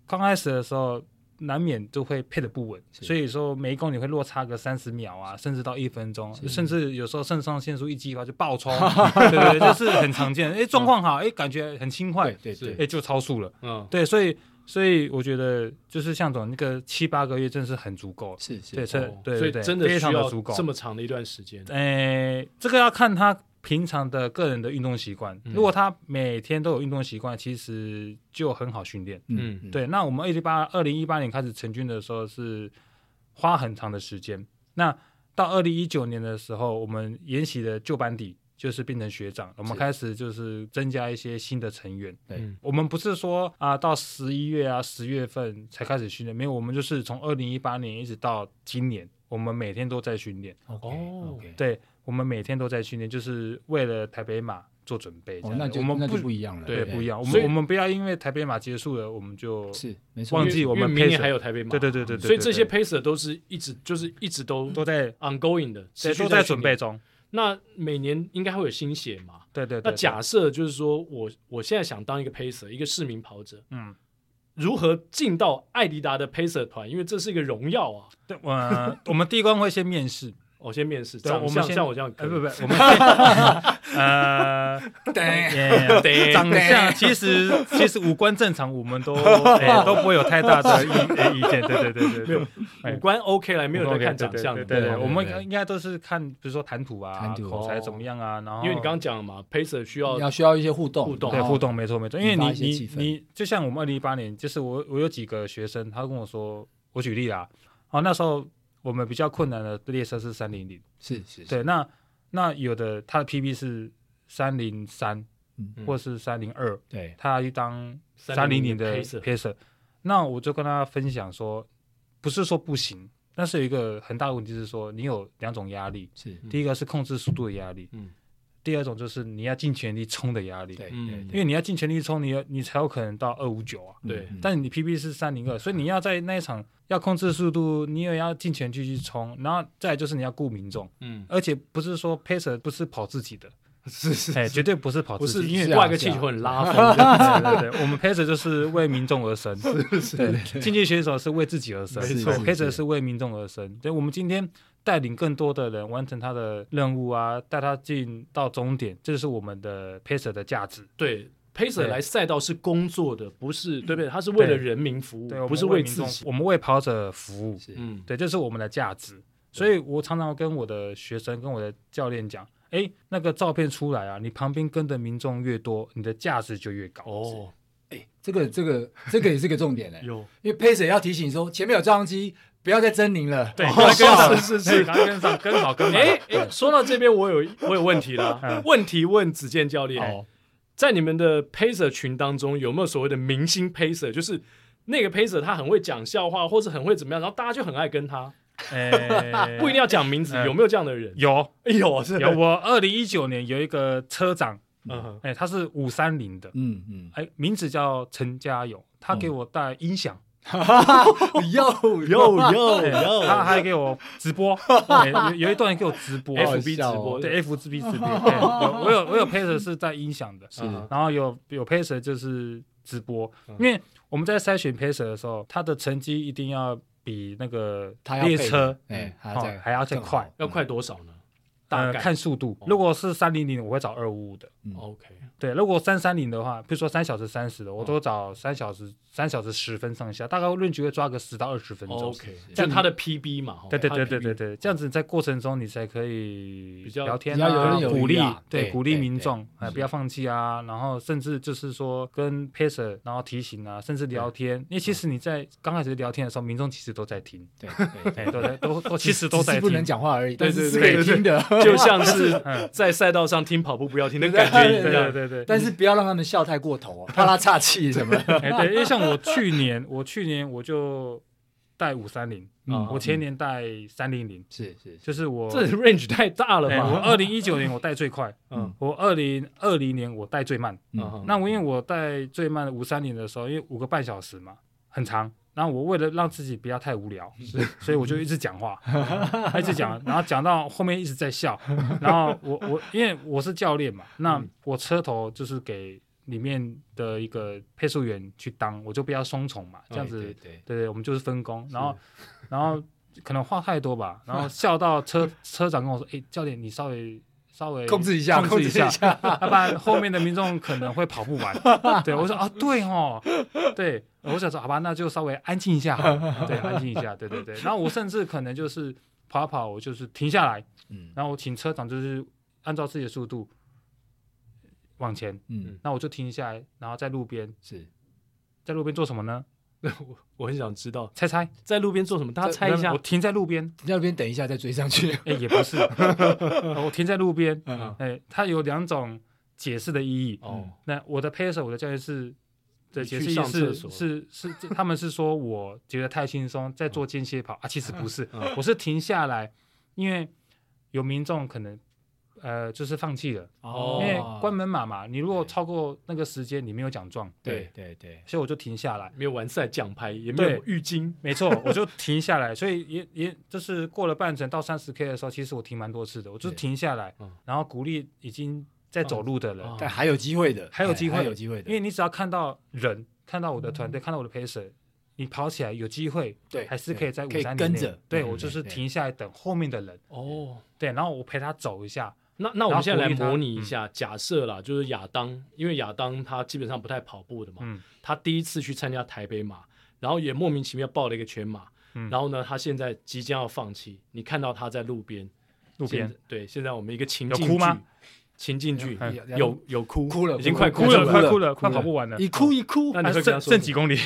刚开始的时候难免就会配的不稳，
是
所以说每一公里会落差个三十秒啊，甚至到一分钟，甚至有时候肾上腺素一激发就 爆冲，对对对，这是很常见的。哎，状况好，哎，感觉很轻快，
对对
是
对，
哎，就超速了。
嗯，
对，所以所以我觉得就是向总那个七八个月真是很足够。
是是
对，这
哦
对
所以
对对
真的
非
需
常的
要
足够。
这么长的一段时间。
诶，这个要看他平常的个人的运动习惯。
嗯
如果他每天都有运动习惯，其实就很好训练。
嗯
嗯，
对，那我们二零八二零一八年开始成军的时候是花很长的时间。那到二零一九年的时候，我们研习的旧班底就是变成学长，我们
是
开始就是增加一些新的成员。
对
嗯
我们不是说啊，到十一月啊、十月份才开始训练，没有，我们就是从二零一八年一直到今年，我们每天都在训练。哦
，OK，OK，
对，我们每天都在训练，就是为了台北马，做准备
哦，
这样子。
那就
我们
那
不
就不一样了，
对
对不一样，我
所
们
以
我们不要因为台北马结束了，我们就是
没错，
忘
因为
记我
因
们
为明
Pacer-
年还有台北马，
对对对对对，
所以这些
对
pacer 都是一直就是一直都
都在
ongoing 的，持
对
续
都在
训
准备
练。
中。
那每年应该会有新血嘛？
对对对，
那
对
假设就是说我我现在想当一个 pacer，一个市民跑者，
嗯，
如何进到艾迪达的 pacer 团？因为这是一个荣耀啊！
对，呃，我们第一关会先面 试，
我先面试，
对
长
我们
相
先
像我这样可
呃，
以，
不不，我们 先呃，
对，
对
也长相其实其实五官正常，我们 都哎都不会有太大的意哎意见，对对对对对，哎
五官 OK 来，没有在
对
看
对
长相的。
对对对
对
对，我
对
们
对
应该都是看，比如说谈吐啊
谈、吐
口才怎么样啊，然后
哦因为你刚刚讲了嘛，pacer 需要
你要需要一些互动，
互动
对
然后
互动，没错没错，因为
引发
你
一些
你
气氛
你就像我们二零一八年，就是我我有几个学生，他跟我说，我举例啦，哦那时候我们比较困难的列车是三零零，
是是，是
对，那那有的他的 PB 是三零三
嗯
或是三零二，
对，
他去当三零
300
零的
pacer
pacer，那我就跟他分享说，不是说不行，但是有一个很大的问题是说，你有两种压力，
是，
嗯
第一个是控制速度的压力，
嗯
第二种就是你要尽全力冲的压力，
对，
嗯
对
因为你要尽全力冲，你有你才有可能到二五九啊。
对
嗯
但你 PB 是三零二，所以你要在那一场要控制速度，你也要尽全力去冲，然后再来就是你要顾民众，
嗯，
而且不是说 pacer 不是跑自己的，
是是
哎，绝对不是跑
不
自己
是
的，
因
是
为
啊
挂一个气球很 拉风，
对对对，我们 pacer 就是为民众而生，
对对
竞技选手是为自己而生，
没
对
错
是
，pacer
是
是为民众而生。对，我们今天带领更多的人完成他的任务啊，带他进到终点，这是我们的 pacer 的价值。
对。pacer
对
来赛道是工作的，不是对不对？他是为了
对
人民服务
对，我，们
不是
为
为
民
自
众
己。
我们为跑者服务，
是
嗯，
对，这是我们的价值。所以我常常跟我的学生、跟我的教练讲，哎，那个照片出来啊，你旁边跟的民众越多，你的价值就越高。
哦，
哎，这个这个这个也是个重点嘞，欸
有
因为 Pacer 要提醒说前面有照相机，不要再狰狞了，
对，
哦
赶快跟上，
是是是
啊对赶快跟上，跟好跟满。
哎哎，说到这边，我有我有问题了
嗯。
问题问子健教练，
哦，
在你们的 pacer 群当中，有没有所谓的明星 pacer？就是那个 pacer 他很会讲笑话，或者很会怎么样，然后大家就很爱跟他，
哎，
不一定要讲名字。
嗯哎
有没有这样的人？
有
有是
有，我二零一九年有一个车长，
嗯哼
哎，他是五三零的，
嗯嗯，
哎，名字叫陈家勇，他
嗯
给我带音响，
又
有有
哎
有，
他还给我直 播，哎有有一段给我直播
FB
好笑哦
直播
对 F 字 B 字 B，我 我有我有 Pacer 是带音响的，
是
嗯
然后有有 Pacer 就是直播
嗯，
因为我们在筛选 Pacer 的时候，他的成绩一定要比那个
他要
列
配
车
的哎，还要
哦
再
还要再
更好嗯哦
快，
要快多少呢？大
呃
概
看速度，如果是三零零，我会找二五五的。
嗯
OK，
对，如果三三零的话，比如说三小时三十的，我
嗯
都找三小时三小时十分上下，大概论局会抓个十到二十分钟。
OK，
是
就他的 PB 嘛，吼
对对
哦他的
对对
PB
对对，这样子在过程中你才可以
比较
聊天
比较游
啊，
刃有余
鼓励
啊对
对鼓励
对
民
对
众哎不要放弃啊，然后甚至就是说跟 pacer 然后提醒啊，甚至聊天，因为
嗯
其实你在刚开始聊天的时候，民众其实都在 听，
对对
哎都在 都都其实都
只
在
是不能
听。
讲话而已，
对
但
对
是是可
对
以
对
听的，
就像是
嗯
在赛道上听跑步不要停的感觉
对
一
对
样。
对对，
但是不要让他们笑太过头 哦，怕他岔气什么的。
哎对，因为像我去年我去年我就带五三零，
嗯
我前年带三零零，
是是是，
就是我，
这 range 太大了
哎我
吧？
二零一九年我带最快，
嗯
我二零二零年我带最慢。
嗯
那我因为我带最慢五三年的时候，因为五个半小时嘛，很长。然后我为了让自己不要太无聊，所以我就一直讲话，一直讲，然后讲到后面一直在笑。然后我我因为我是教练嘛，那我车头就是给里面的一个配速员去当，我就不要双重嘛，这样子
哦对对
对对，我们就是分工，然后然后可能话太多吧，然后笑到车车长跟我说：“哎，教练，你稍微稍微
对控制一下，
控制一
下
下，， 要不然后面的民众可能会跑不完。”对，我说啊，对哦，对，我想说好吧，那就稍微安静一下好了，对，安静一下，对对对。然后我甚至可能就是跑啊跑，我就是停下来，
嗯
然后我请车长就是按照自己的速度往前，
嗯
那我就停下来，然后在路边，
是
在路边做什么呢？
我我很想知道
猜猜，
在路边做什么，大家猜一下
我。停在路边。
在那边等一下再追上去。
哎、也 不是，我停在路边，
嗯
哎、它有两种解释的意义。
哦，
那我的 pacer，我的教练是的
你去
解释意
上
义
厕
是
所
是是，这他们是说我觉得太轻松，在做间歇跑啊，其实不是
嗯，
我是停下来，因为有民众可能呃，就是放弃了，
哦
因为关门码嘛，你如果超过那个时间，你没有奖状，
对对对，
所以我就停下来。
没有完赛奖牌，也没有
对
浴巾，
没错，我就停下来，所以也也就是过了半程到三十 K 的时候，其实我停蛮多次的，我就
对
停下来
嗯，
然后鼓励已经在走路的人
哦，
但还有机会的，
还有
哎
机会
还有机会
因
的，嗯
为你只要看到人，看到我的团队，看到我的 pacer，你跑起来有机会，
对
还是可以在五
可以
三
跟着
对
嗯
我就是
对
停下来等后面的人，
哦，
对，然后我陪他走一下，
那那我们现在来
然后鼓励他嗯
模拟一下，假设啦，就是亚当，因为亚当他基本上不太跑步的嘛，
嗯
他第一次去参加台北马，然后也莫名其妙报了一个全马，
嗯
然后呢，他现在即将要放弃，你看到他在路边，
路边
现在对，现在我们一个情境
有哭吗
剧？情境剧
哎
呀
有有哭
哭了
已经快
哭
哭了，
了
快
快
哭
哭
了，哭了
了，快跑不完了，
一哭一哭，
那你会跟
啊
他
剩
说
剩几公里？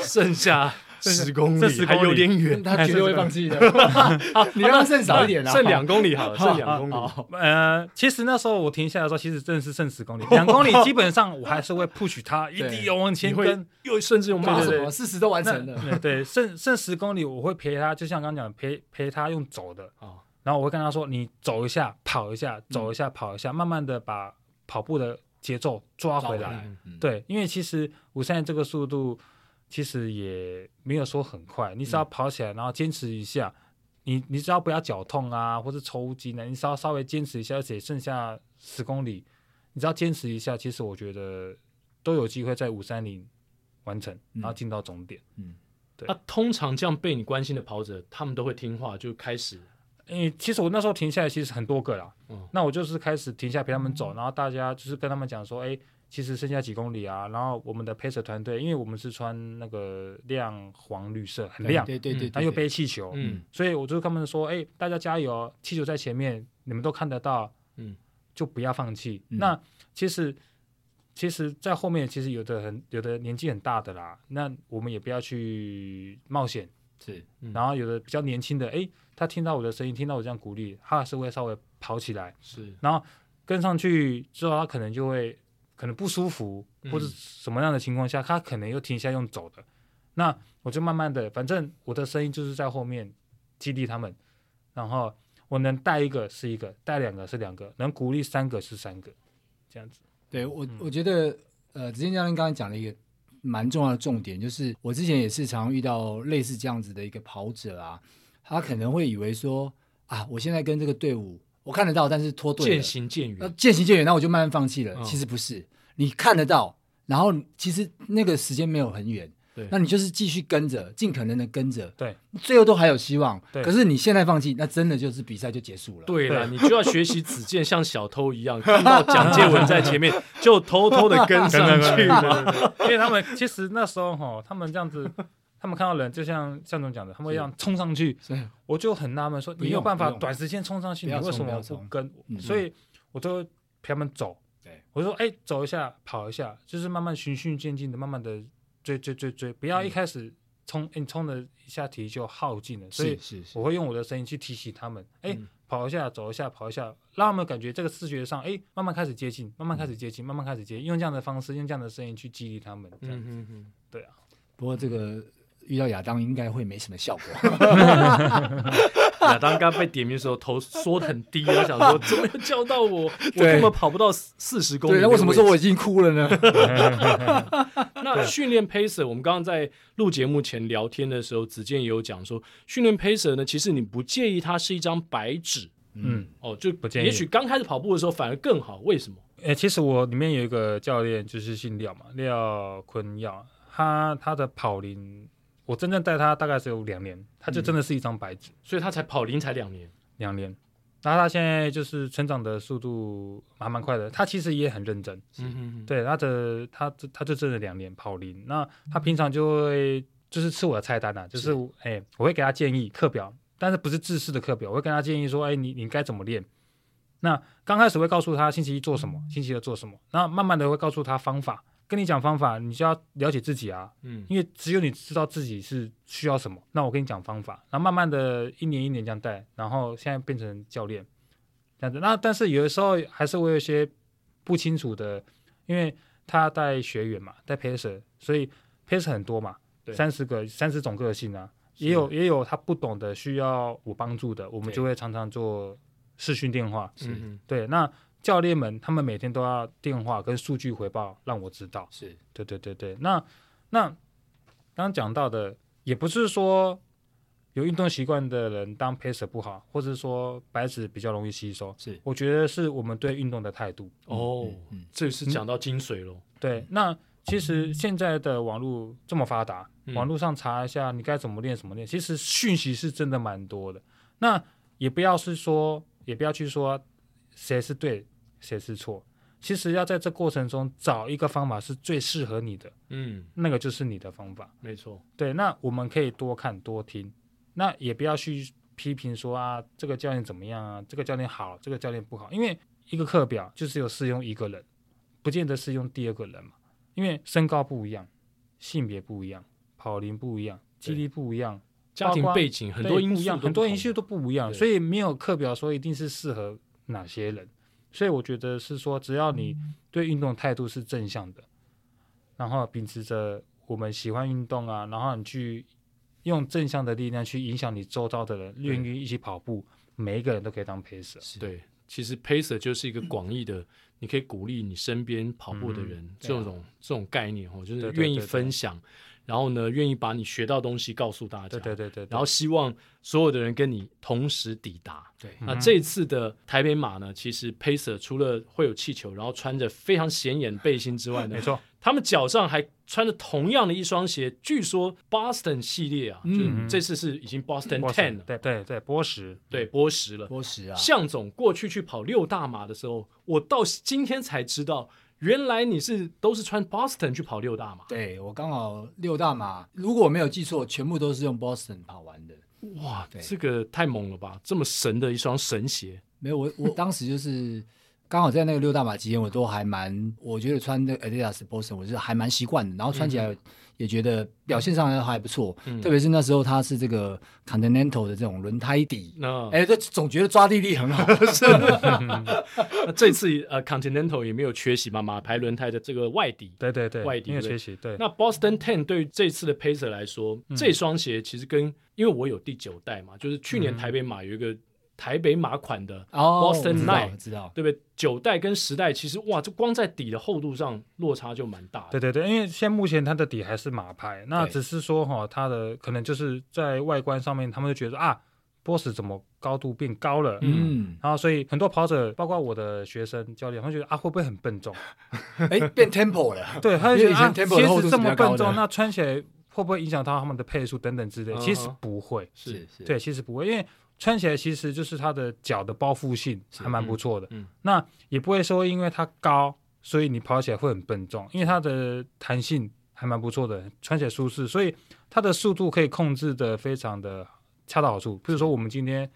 剩下十公里，
剩10
还有
公里
点远，
他绝对会放弃 的。嗯你让他剩少一点啊，
剩两公里好了，
好
剩两公里。
好
呃，其实那时候我停下来的时候，其实真的是剩十公里，两公
哦
里基本上我还是会 push 他，一定要往
你
前
会
跟。
又甚至用
搞
骂
什
什
么？
么？
四十都完
那
成了，
对对，剩剩十公里，我会陪他，就像刚刚讲，陪陪他用走的，
哦
然后我会跟他说，你走一下，跑一下，
嗯
走一下，跑一下，慢慢的把跑步的节奏抓回
抓回
来
来。嗯
对，因为其实我现在这个速度其实也没有说很快，你只
嗯
要跑起来，然后坚持一下，你你只要不要脚痛啊，或是抽筋啊，你只要稍微坚持一下，而且剩下十公里，你只要坚持一下，其实我觉得都有机会在五三零完成，
嗯
然后进到终点。对
那、通常这样被你关心的跑者，他们都会听话，就开始
诶，其实我那时候停下来其实很多个啦，
嗯
那我就是开始停下来陪他们
嗯
走，然后大家就是跟他们讲说，诶，其实剩下几公里啊，然后我们的 pacer 团队，因为我们是穿那个亮黄绿色，很亮，
对对对，
他
对
又，背气
哦
球，
嗯
所以我就跟他们说，诶，大家加油哦，气球在前面，你们都看得到，
嗯，
就不要放弃。
嗯
那其实。其实，在后面其实有的很有的年纪很大的啦，那我们也不要去冒险，
对是
嗯
然后有的比较年轻的，诶，他听到我的声音，听到我这样鼓励，他还是会稍微跑起来，
是
然后跟上去之后，他可能就会可能不舒服，或者
嗯
什么样的情况下，他可能又停下用走的。嗯那我就慢慢的，反正我的声音就是在后面激励他们，然后我能带一个是一个，带两个是两个，能鼓励三个是三个，这样子。
对
嗯
我我觉得呃，子健教练刚才讲了一个蛮重要的重点，就是我之前也是常遇到类似这样子的一个跑者啊，他可能会以为说啊，我现在跟这个队伍我看得到，但是脱队了
渐行渐
那
远。
渐行渐远，那我就慢慢放弃了。
嗯
其实不是，你看得到，然后其实那个时间没有很远
对，
那你就是继续跟着，尽可能的跟着，
对，
最后都还有希望。
对
可是你现在放弃，那真的就是比赛就结束了。
对了，你就要学习子健像小偷一样，看到蒋介文在前 面，就偷偷的跟上去嘛。
因为他们其实那时候哈，他们这样子，他们看到人就像向总讲的，他们会这样冲上去，
所以
我就很纳闷说，
不
你有
用
办
不
法
用
短时间冲上去，
不
你
要
为
冲
什
不
么
要
不
冲
跟
嗯？
所以我都陪他们走。
对，
我就说，哎、走一下，跑一下，就是慢慢循序渐进的，慢慢的追追追追，
嗯
不要一开始冲，哎你冲了一下题就耗尽了。所以
是是是
我会用我的声音去提醒他们，哎、
嗯
跑一下，走一下，跑一下，让他们感觉这个视觉上，哎、慢慢开始接近，慢慢
嗯
开始接近，慢慢开始接近，用这样的方式，用这样的声音去激励他们。这样
嗯嗯嗯，
对啊，
不过这个遇到亚当应该会没什么效果。
亚当刚被点名的时候头缩得很低，我想说怎么又叫到我？我
对
根本跑不到四十公里
对，
那个位
那
置。
为什么说我已经哭了呢？
那训练 pacer，我们刚刚在录节目前聊天的时候，子健也有讲说，训练 pacer 呢，其实你不介意它是一张白纸
嗯。
哦，就
不介意
也许刚开始跑步的时候反而更好，为什么？
诶、其实我里面有一个教练，就是姓廖嘛，廖坤耀，他他的跑龄，我真正带他大概只有两年，他就真的是一张白纸，
所以他才跑龄才两年，
两、年。然后他现在就是成长的速度还蛮快的，他其实也很认真，
嗯，
对他的他他就真的两年跑龄。那他平常就会就是吃我的菜单啊，就是哎、我会给他建议课表，但是不是制式的课表，我会跟他建议说，哎、你你该怎么练。那刚开始会告诉他星期一做什么，星期二做什么，那慢慢的会告诉他方法，跟你讲方法，你就要了解自己啊，
嗯
因为只有你知道自己是需要什么。那我跟你讲方法，然后慢慢的一年一年这样带，然后现在变成教练这样子。那但是有的时候还是会有一些不清楚的，因为他带学员嘛，带 pacer，所以 pacer 很多嘛
对，
三十个三十种个性啊，
是
也有也有他不懂的需要我帮助的，我们
对
就会常常做视讯电话。
是
嗯
对，那教练们他们每天都要电话跟数据回报让我知道。
是
对对对对，那那刚刚讲到的，也不是说有运动习惯的人当 pacer 不好，或者说白纸比较容易吸收。
是
我觉得是我们对运动的态度。
哼哦，
嗯
这是讲到精髓喽。
对，那其实现在的网络这么发达，
嗯
网络上查一下你该怎么练怎么练，其实讯息是真的蛮多的。那也不要是说，也不要去说谁是对谁是错，其实要在这过程中找一个方法是最适合你的，
嗯，
那个就是你的方法。
没错。
对，那我们可以多看多听，那也不要去批评说啊，这个教练怎么样啊，这个教练好，这个教练不好，因为一个课表就只有适用一个人，不见得适用第二个人嘛，因为身高不一样，性别不一样，跑龄不一样，肌力不一样，
家庭
包括
背景很
对
多因
不一
素
样，
都
很
不
多
同
因素都不一样，
对
所以没有课表说一定是适合哪些人。所以我觉得是说，只要你
嗯
对运动态度是正向的，然后秉持着我们喜欢运动啊，然后你去用正向的力量去影响你周遭的人，愿意一起跑步，每一个人都可以当 pacer。
是，
对，其实 pacer 就是一个广义的，你可以鼓励你身边跑步
嗯
的人，这种、这种概念哦，就是
啊对对
愿意
对对
分享，然后呢，愿意把你学到东西告诉大家，
对对对对，对
然后希望所有的人跟你同时抵达。
对
嗯
那这次的台北马呢，其实 pacer 除了会有气球，然后穿着非常显眼背心之外呢
没，错，
他们脚上还穿着同样的一双鞋，据说 Boston 系列啊，
嗯
就是这次是已经 Boston
波什
Ten 了，
对对对，波什，
对，波什了。
波什啊，
向总过去去跑六大马的时候，我到今天才知道，原来你是都是穿 Boston 去跑六大马。
对我刚好六大马，如果我没有记错，全部都是用 Boston 跑完的。
哇，
对
这个太猛了吧！这么神的一双神鞋，
没有，我我当时就是刚好在那个六大马期间，我都还蛮，我觉得穿那个 Adidas Boston 我是还蛮习惯的，然后穿起来也觉得表现上还不错，特别是那时候它是这个 Continental 的这种轮胎底，
那、
哎、这总觉得抓地力很 好，
那这次呃 Continental 也没有缺席嘛，马牌轮胎的这个外底。
对对对，
外地
没有
对
学习，对，
那 Boston Ten 对于这次的 Pacer 来说，这双鞋其实跟因为我有第九代嘛，就是去年台北马有一个台北马款的，
哦，我
Boston
知道
Nine
我知道，
对不对？九代跟十代其实哇，这光在底的厚度上落差就蛮大的。
对对对，因为现在目前它的底还是马牌，那
对
只是说哈、它的可能就是在外观上面，他们就觉得啊，BOSS 怎么高度变高了？
嗯，
然后，所以很多跑者，包括我的学生、教练，他们觉得啊，会不会很 笨重？
哎、变 Tempo 了，
对，他
因
就觉
为
得
以
啊，
前
鞋
Tempo 的厚度
子
是
这
比
么
较高
笨
的
重，，那穿起来会不会影响到他们的配速等等之类？其实
嗯哼
不会，
是是，
对，其实不会，因为穿起来其实就是它的脚的包覆性还蛮不错的。
嗯嗯
那也不会说因为它高，所以你跑起来会很笨重，因为它的弹性还蛮不错的，穿起来舒适，所以它的速度可以控制的非常的恰到好处。比如说我们今天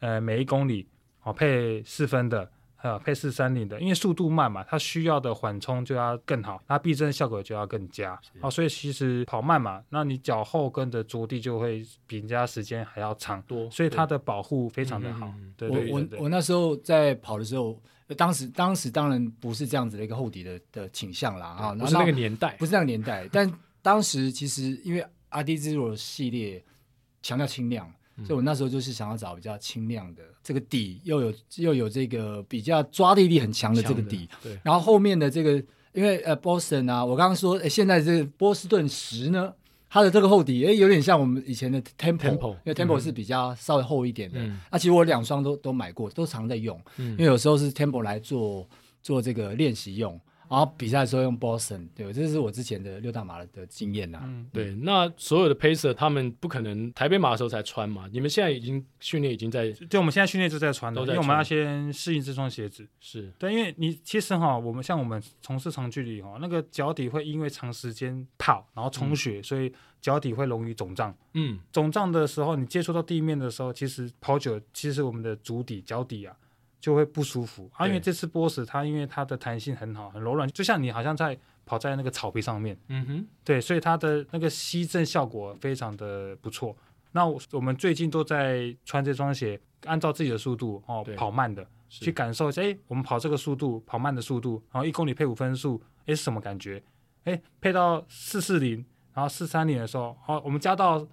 呃每一公里哦配四分的。还有配四三零的，因为速度慢嘛，它需要的缓冲就要更好，它避震效果就要更佳哦，所以其实跑慢嘛，那你脚后跟的着地就会比人家时间还要长，
多，
所以
对
它的保护非常的好
嗯嗯嗯。
对
我
对对
我
对
我那时候在跑的时候，呃当时当时当然不是这样子的一个厚底的的倾向啦啊，
不是那
然后
个年代，
不是那个年代，但当时其实因为阿迪 Zero 系列强调轻量，
嗯
所以我那时候就是想要找比较轻量的这个底，又有又有这个比较抓地力很强的这个
强的
底，
对
然后后面的这个因为呃 Boston 啊，我刚刚说、诶现在这个波士顿十呢。它的这个厚底，诶，有点像我们以前的 Temple，,
Temple，
因为 Temple 是比较稍微厚一点的。那、
嗯
其实我两双都都买过，都常在用。因为有时候是 Temple 来做做这个练习用，然后比赛的时候用 Boston，对，这是我之前的六大马的的经验啊。
嗯
对，那所有的 pacer 他们不可能台北马的时候才穿嘛，你们现在已经训练已经在
嗯就就我们现在训练就在穿的，
都
因
在
为我们
穿
要先适应这双鞋子。
是
对，因为你其实哈，我们像我们从事长距离哈，那个脚底会因为长时间跑，然后充血，所以脚底会容易肿胀。
嗯
肿胀的时候，你接触到地面的时候，其实跑久了，其实我们的足底、脚底啊就会不舒服啊。
对
因为这次波什它因为它的弹性很好，很柔软，就像你好像在跑在那个草皮上面，
嗯哼
对，所以它的那个吸震效果非常的不错。那我我们最近都在穿这双鞋，按照自己的速度哦
对
跑慢的，
是
去感受一下，哎，我们跑这个速度，跑慢的速度，然后一公里配五分速，哎，是什么感觉？哎，配到四四零，然后四三零的时候，哦，我们加到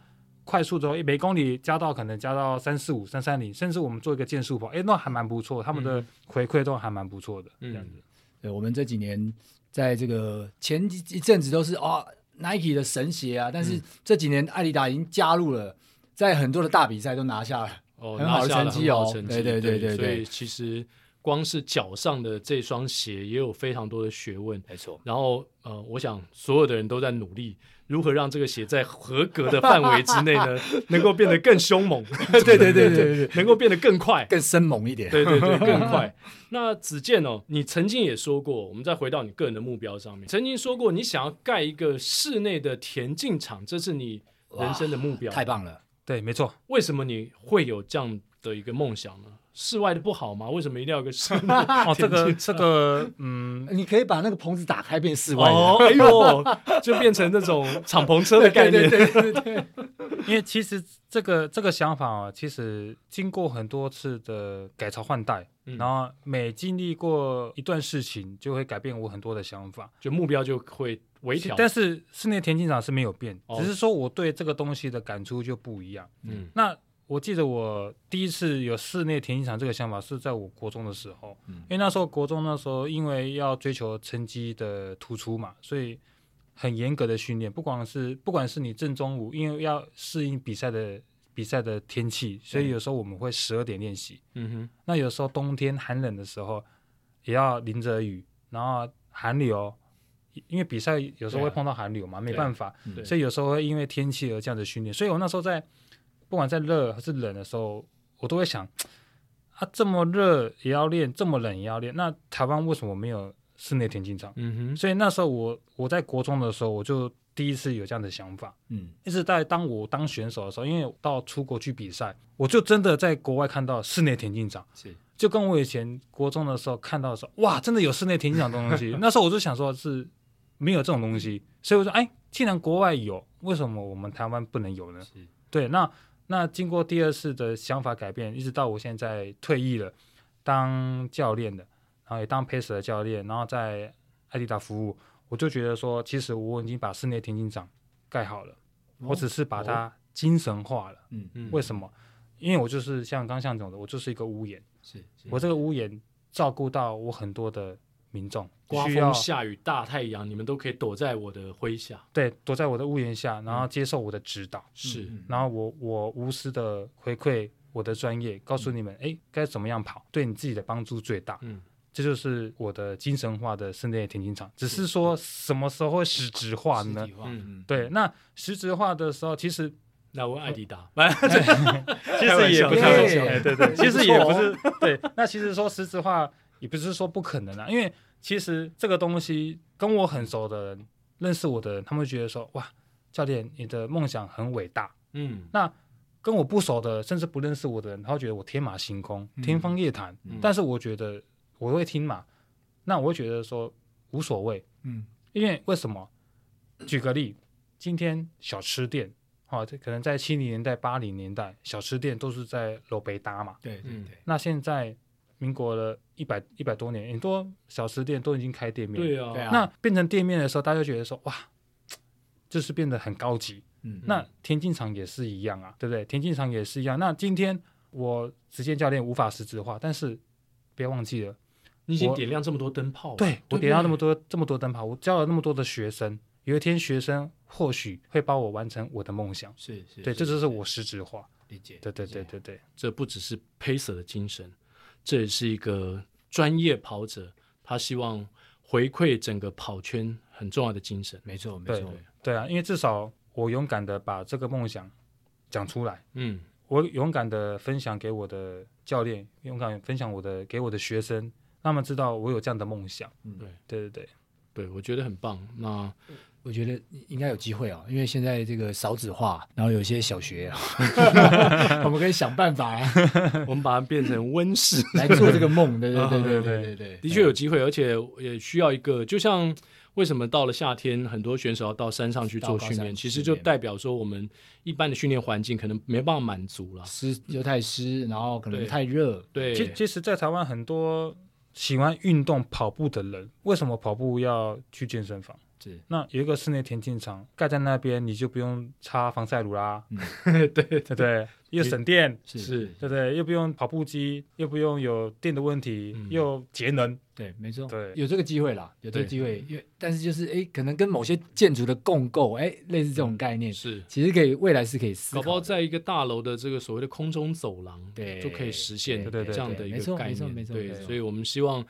快速走，诶每公里加到可能加到三四五、三三零，甚至我们做一个渐速跑，哎，那还蛮不错，他
嗯
们的回馈都还蛮不错的，这样子。
对，我们这几年在这个前一一阵子都是哦 Nike 的神鞋啊，但是这几年艾迪达已经加入了，在很多的大比赛都拿下了。
哦，
很
拿
好的
下了
成绩
很好
哦
的成绩，
对对对
对
对
所
对
以其实光是脚上的这双鞋也有非常多的学问。
没错，
然后呃，我想所有的人都在努力，如何让这个鞋在合格的范围之内呢，能够变得更凶猛，
对对对对对，
能够变得更快，
更生猛一点。
对对对，更快。那子健哦，你曾经也说过，我们再回到你个人的目标上面，曾经说过你想要盖一个室内的田径场，这是你人生的目标。
太棒了！
对，没错，
为什么你会有这样的一个梦想呢？室外的不好吗？为什么一定要有个室内？
哦，这个
啊
这个，嗯，
你可以把那个棚子打开变室外的，
哦，哎呦， 就变成那种敞篷车的概
对对
念。
对对对对，
因为其实这个这个想法啊，其实经过很多次的改朝换代，
嗯
然后每经历过一段事情，就会改变我很多的想法。
就目标就会微调。
但是室内田径场是没有变，
哦
只是说我对这个东西的感触就不一样。
嗯
那我记得我第一次有室内田径场这个想法是在我国中的时候，
嗯
因为那时候国中那时候因为要追求成绩的突出嘛，所以很严格的训练，不管是不管是你正中午，因为要适应比赛的比赛的天气，所以有时候我们会十二点练习，
嗯哼，
那有时候冬天寒冷的时候也要淋着雨，然后寒流。因为比赛有时候
对
会
啊
碰到寒流嘛，没
对嗯
办法，
对，
所以有时候会因为天气而这样子训练。所以我那时候在不管在热还是冷的时候，我都会想啊，这么热也要练，这么冷也要练。那台湾为什么没有室内田径场？
嗯哼，
所以那时候我我在国中的时候，我就第一次有这样的想法。
嗯，
一直在当我当选手的时候，因为我到出国去比赛，我就真的在国外看到室内田径场，
是
就跟我以前国中的时候看到的时候，哇，真的有室内田径场这种 东西。那时候我就想说是没有这种东西，所以我说，哎，既然国外有，为什么我们台湾不能有呢？
是，
对，那那经过第二次的想法改变，一直到我现在退役了，当教练的，然后也当 pacer 的教练，然后在艾迪达服务，我就觉得说，其实我已经把室内田径场盖好了，我只是把它精神化了。
嗯
哦嗯
为什么？因为我就是像刚向总的，我就是一个屋檐，
是是
我这个屋檐照顾到我很多的民众，
刮
需要
风下雨大太阳，你们都可以躲在我的麾下。
对躲在我的屋檐下，然后接受我的指导。
是，
嗯
然后我我无私的回馈我的专业，告诉你们，哎，该怎么样跑，对你自己的帮助最大。
嗯，
这就是我的精神化的室内田径场，只是说什么时候会实质化呢？
嗯
嗯，
对，那实质化的时候，其实
那我艾迪达，
其
开玩
实也
笑
不
开
太
玩
笑
哎 对对，其实
不
也
错
不
哦
是对。那其实说实质化，也不是说不可能啊，因为其实这个东西跟我很熟的人，认识我的人，他们会觉得说，哇，教练，你的梦想很伟大，
嗯
跟我不熟的，甚至不认识我的人，他会觉得我天马行空、
嗯
天方夜谭。
嗯
但是我觉得我会听嘛，那我会觉得说无所谓，
嗯
因为为什么？举个例，今天小吃店，啊，这可能在七零年代、八零年代，小吃店都是在楼北搭嘛。
对对
嗯
对，
那现在民国的一百一百多年，很多小吃店都已经开店面了。
对啊，
对啊
那变成店面的时候，大家就觉得说哇，就是变得很高级。
嗯
那田径场也是一样啊，对不对？田径场也是一样。那今天我直接教练无法实质化，但是不要忘记了，
你已经
我
点亮这么多灯
哦
泡了，
对我
不
点到那么多这么多灯泡，我教了那么多的学生，有一天学生或许会帮我完成我的梦想。
是是，
对，这就是我实质化。
理解，
对对对对对，
这不只是 pacer 的精神，这也是一个专业跑者，他希望回馈整个跑圈很重要的精神。
没错没
对
错，
对啊，因为至少我勇敢的把这个梦想讲出来，
嗯，
我勇敢的分享给我的教练，勇敢分享我的给我的学生，让他们知道我有这样的梦想。
嗯
对
对对对。
对，我觉得很棒。那
我觉得应该有机会哦，因为现在这个少子化，然后有些小学啊，我们可以想办法啊
我们把它变成温室，
来做这个梦，对对对
啊对
对
对
对对对，
的确有机会，而且也需要一个，就像为什么到了夏天，很多选手要到山上去做
到高
训练，
山
其实
训
就
练
代表说我们一般的训练环境可能没办法满足了。
湿又太湿，然后可能
对
太热，
对，
其其实，在台湾很多喜欢运动跑步的人，为什么跑步要去健身房？
是
那有一个室内田径场盖在那边，你就不用擦防晒乳啦，
对
对不对？又省电，
是
是，
对不对？又不用跑步机，又不用有电的问题，
嗯
又节能。
对，没错，
对
有这个机会啦，有这个
对
机会，因为但是就是哎，可能跟某些建筑的共构，哎，类似这种概念，
是，
其实可以未来是可以思
搞不好
考的。
在一个大楼的这个所谓的空中走廊，
对
就可以实现
对对对
这样的一
没
个
错
概
没错
念。
没错
对
没，错
所以我们希望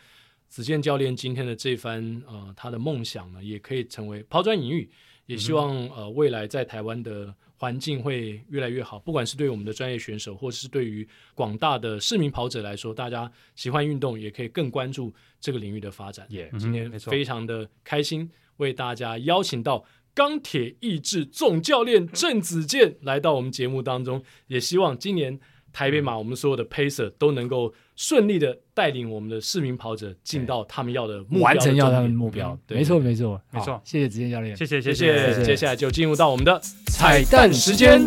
子健教练今天的这番呃他的梦想呢，也可以成为抛砖引玉，也希望、
嗯
呃未来在台湾的环境会越来越好，不管是对我们的专业选手，或是对于广大的市民跑者来说，大家喜欢运动也可以更关注这个领域的发展。
也
嗯
今天
没错
非常的开心，为大家邀请到钢铁意志总教练郑子健来到我们节目当中，也希望今年台北马我们所有的 pacer 都能够顺利的带领我们的市民跑者进到他们要的嗯目标的
完成要
终
他们
点
的目标，
对
没错没错
没错
好谢谢子健教练，
谢谢，
嗯谢
谢
谢，接下来就进入到我们的
彩蛋时间。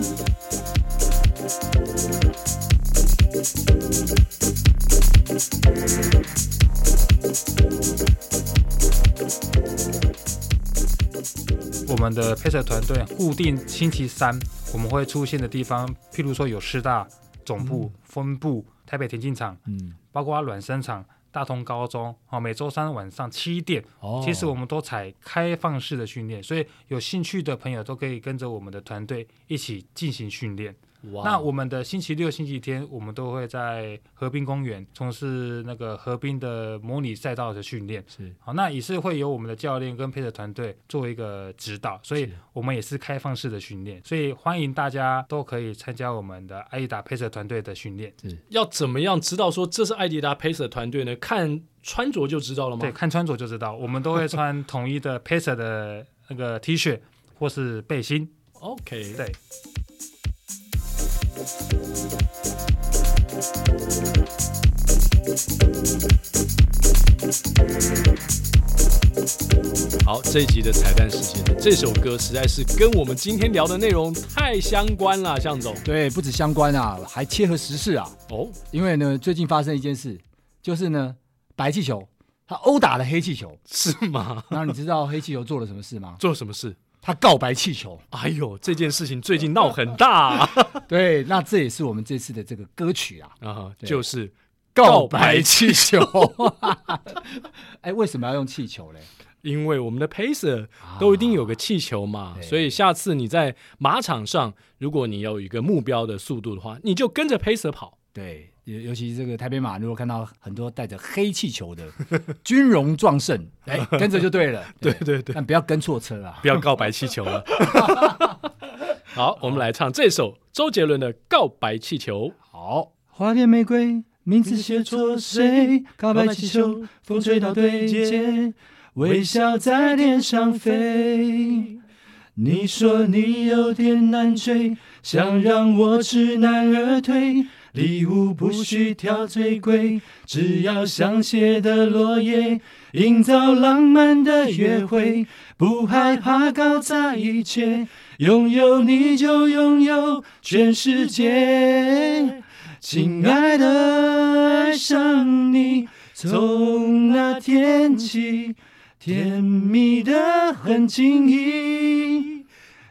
我们的配色团队啊固定星期三我们会出现的地方，譬如说有师大总部、分部、台北田径场，
嗯，
包括软生场、大同高中，哦，每周三晚上七点，
哦
其实我们都采开放式的训练，所以有兴趣的朋友都可以跟着我们的团队一起进行训练。
哇哦
那我们的星期六、星期天，我们都会在河滨公园从事那个河滨的模拟赛道的训练。
是
好，那也是会由我们的教练跟配合团队做一个指导，所以
是
我们也是开放式的训练，所以欢迎大家都可以参加我们的艾达配合团队的训练。
要怎么样知道说这是艾迪达 pacer 团队呢？看穿着就知道了吗
对，？看穿着就知道，我们都会穿统一的 Pacer 的那个 T 恤或是背心。
OK，
对，
好，这一集的彩蛋时间，这首歌实在是跟我们今天聊的内容太相关了，向总。
对，不止相关啊，还切合时事啊。
哦，
因为呢，最近发生一件事，就是呢，白气球它殴打了黑气球。
是吗？
然后你知道黑气球做了什么事吗？
做了什么事？
它告白气球。
哎呦，这件事情最近闹很大啊，
对，那这也是我们这次的这个歌曲啊，
啊
对
就是
告
白
白
气球，
哎，为什么要用气球嘞？
因为我们的 pacer 都一定有个气球嘛，
啊对
所以下次你在马场上，如果你有一个目标的速度的话，你就跟着 pacer 跑。
对，尤尤其是这个台北马，如果看到很多带着黑气球的军容壮盛，哎，跟着就对 了。对
对对，
但不要跟错车啊。
不要告白气球了。 好，我们来唱这首周杰伦的《告白气球》。
好，花店玫瑰名字
写错谁？告白气球，风吹到对街，微笑在天上飞。你说你有点难追，想让我知难而退。礼物不需挑最贵，只要香榭的落叶，营造浪漫的约会，不害怕搞砸一切。拥有你就拥有全世界，亲爱的，爱上你，从那天起，甜蜜的很轻易。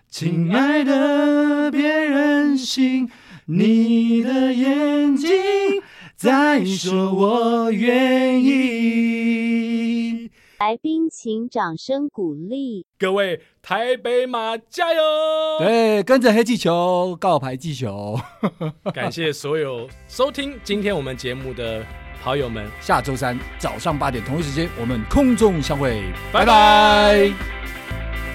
亲爱的，别任性，你的眼睛在说我愿意。
来宾请掌声鼓励。
各位台北马加油！
对，跟着黑气球，告白气球，
感谢所有收听今天我们节目的好友们，
下周三早上八点同一时间，我们空中相会，
拜拜
拜拜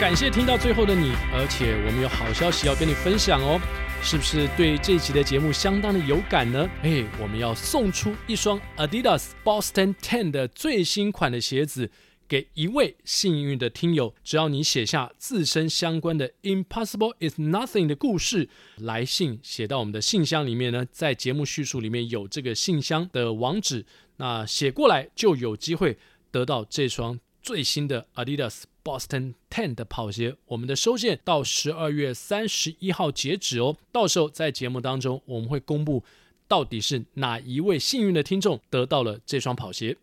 感谢听到最后的你，而且我们有好消息要跟你分享哦。是不是对这期的节目相当的有感呢？哎，我们要送出一双 Adidas Boston Ten 的最新款的鞋子给一位幸运的听友，只要你写下自身相关的 Impossible is Nothing 的故事，来信写到我们的信箱里面呢，在节目叙述里面有这个信箱的网址，那写过来就有机会得到这双最新的 Adidas Boston Ten 的跑鞋。我们的收件到十二月三十一号截止哦，到时候在节目当中我们会公布。到底是哪一位幸运的听众得到了这双跑鞋。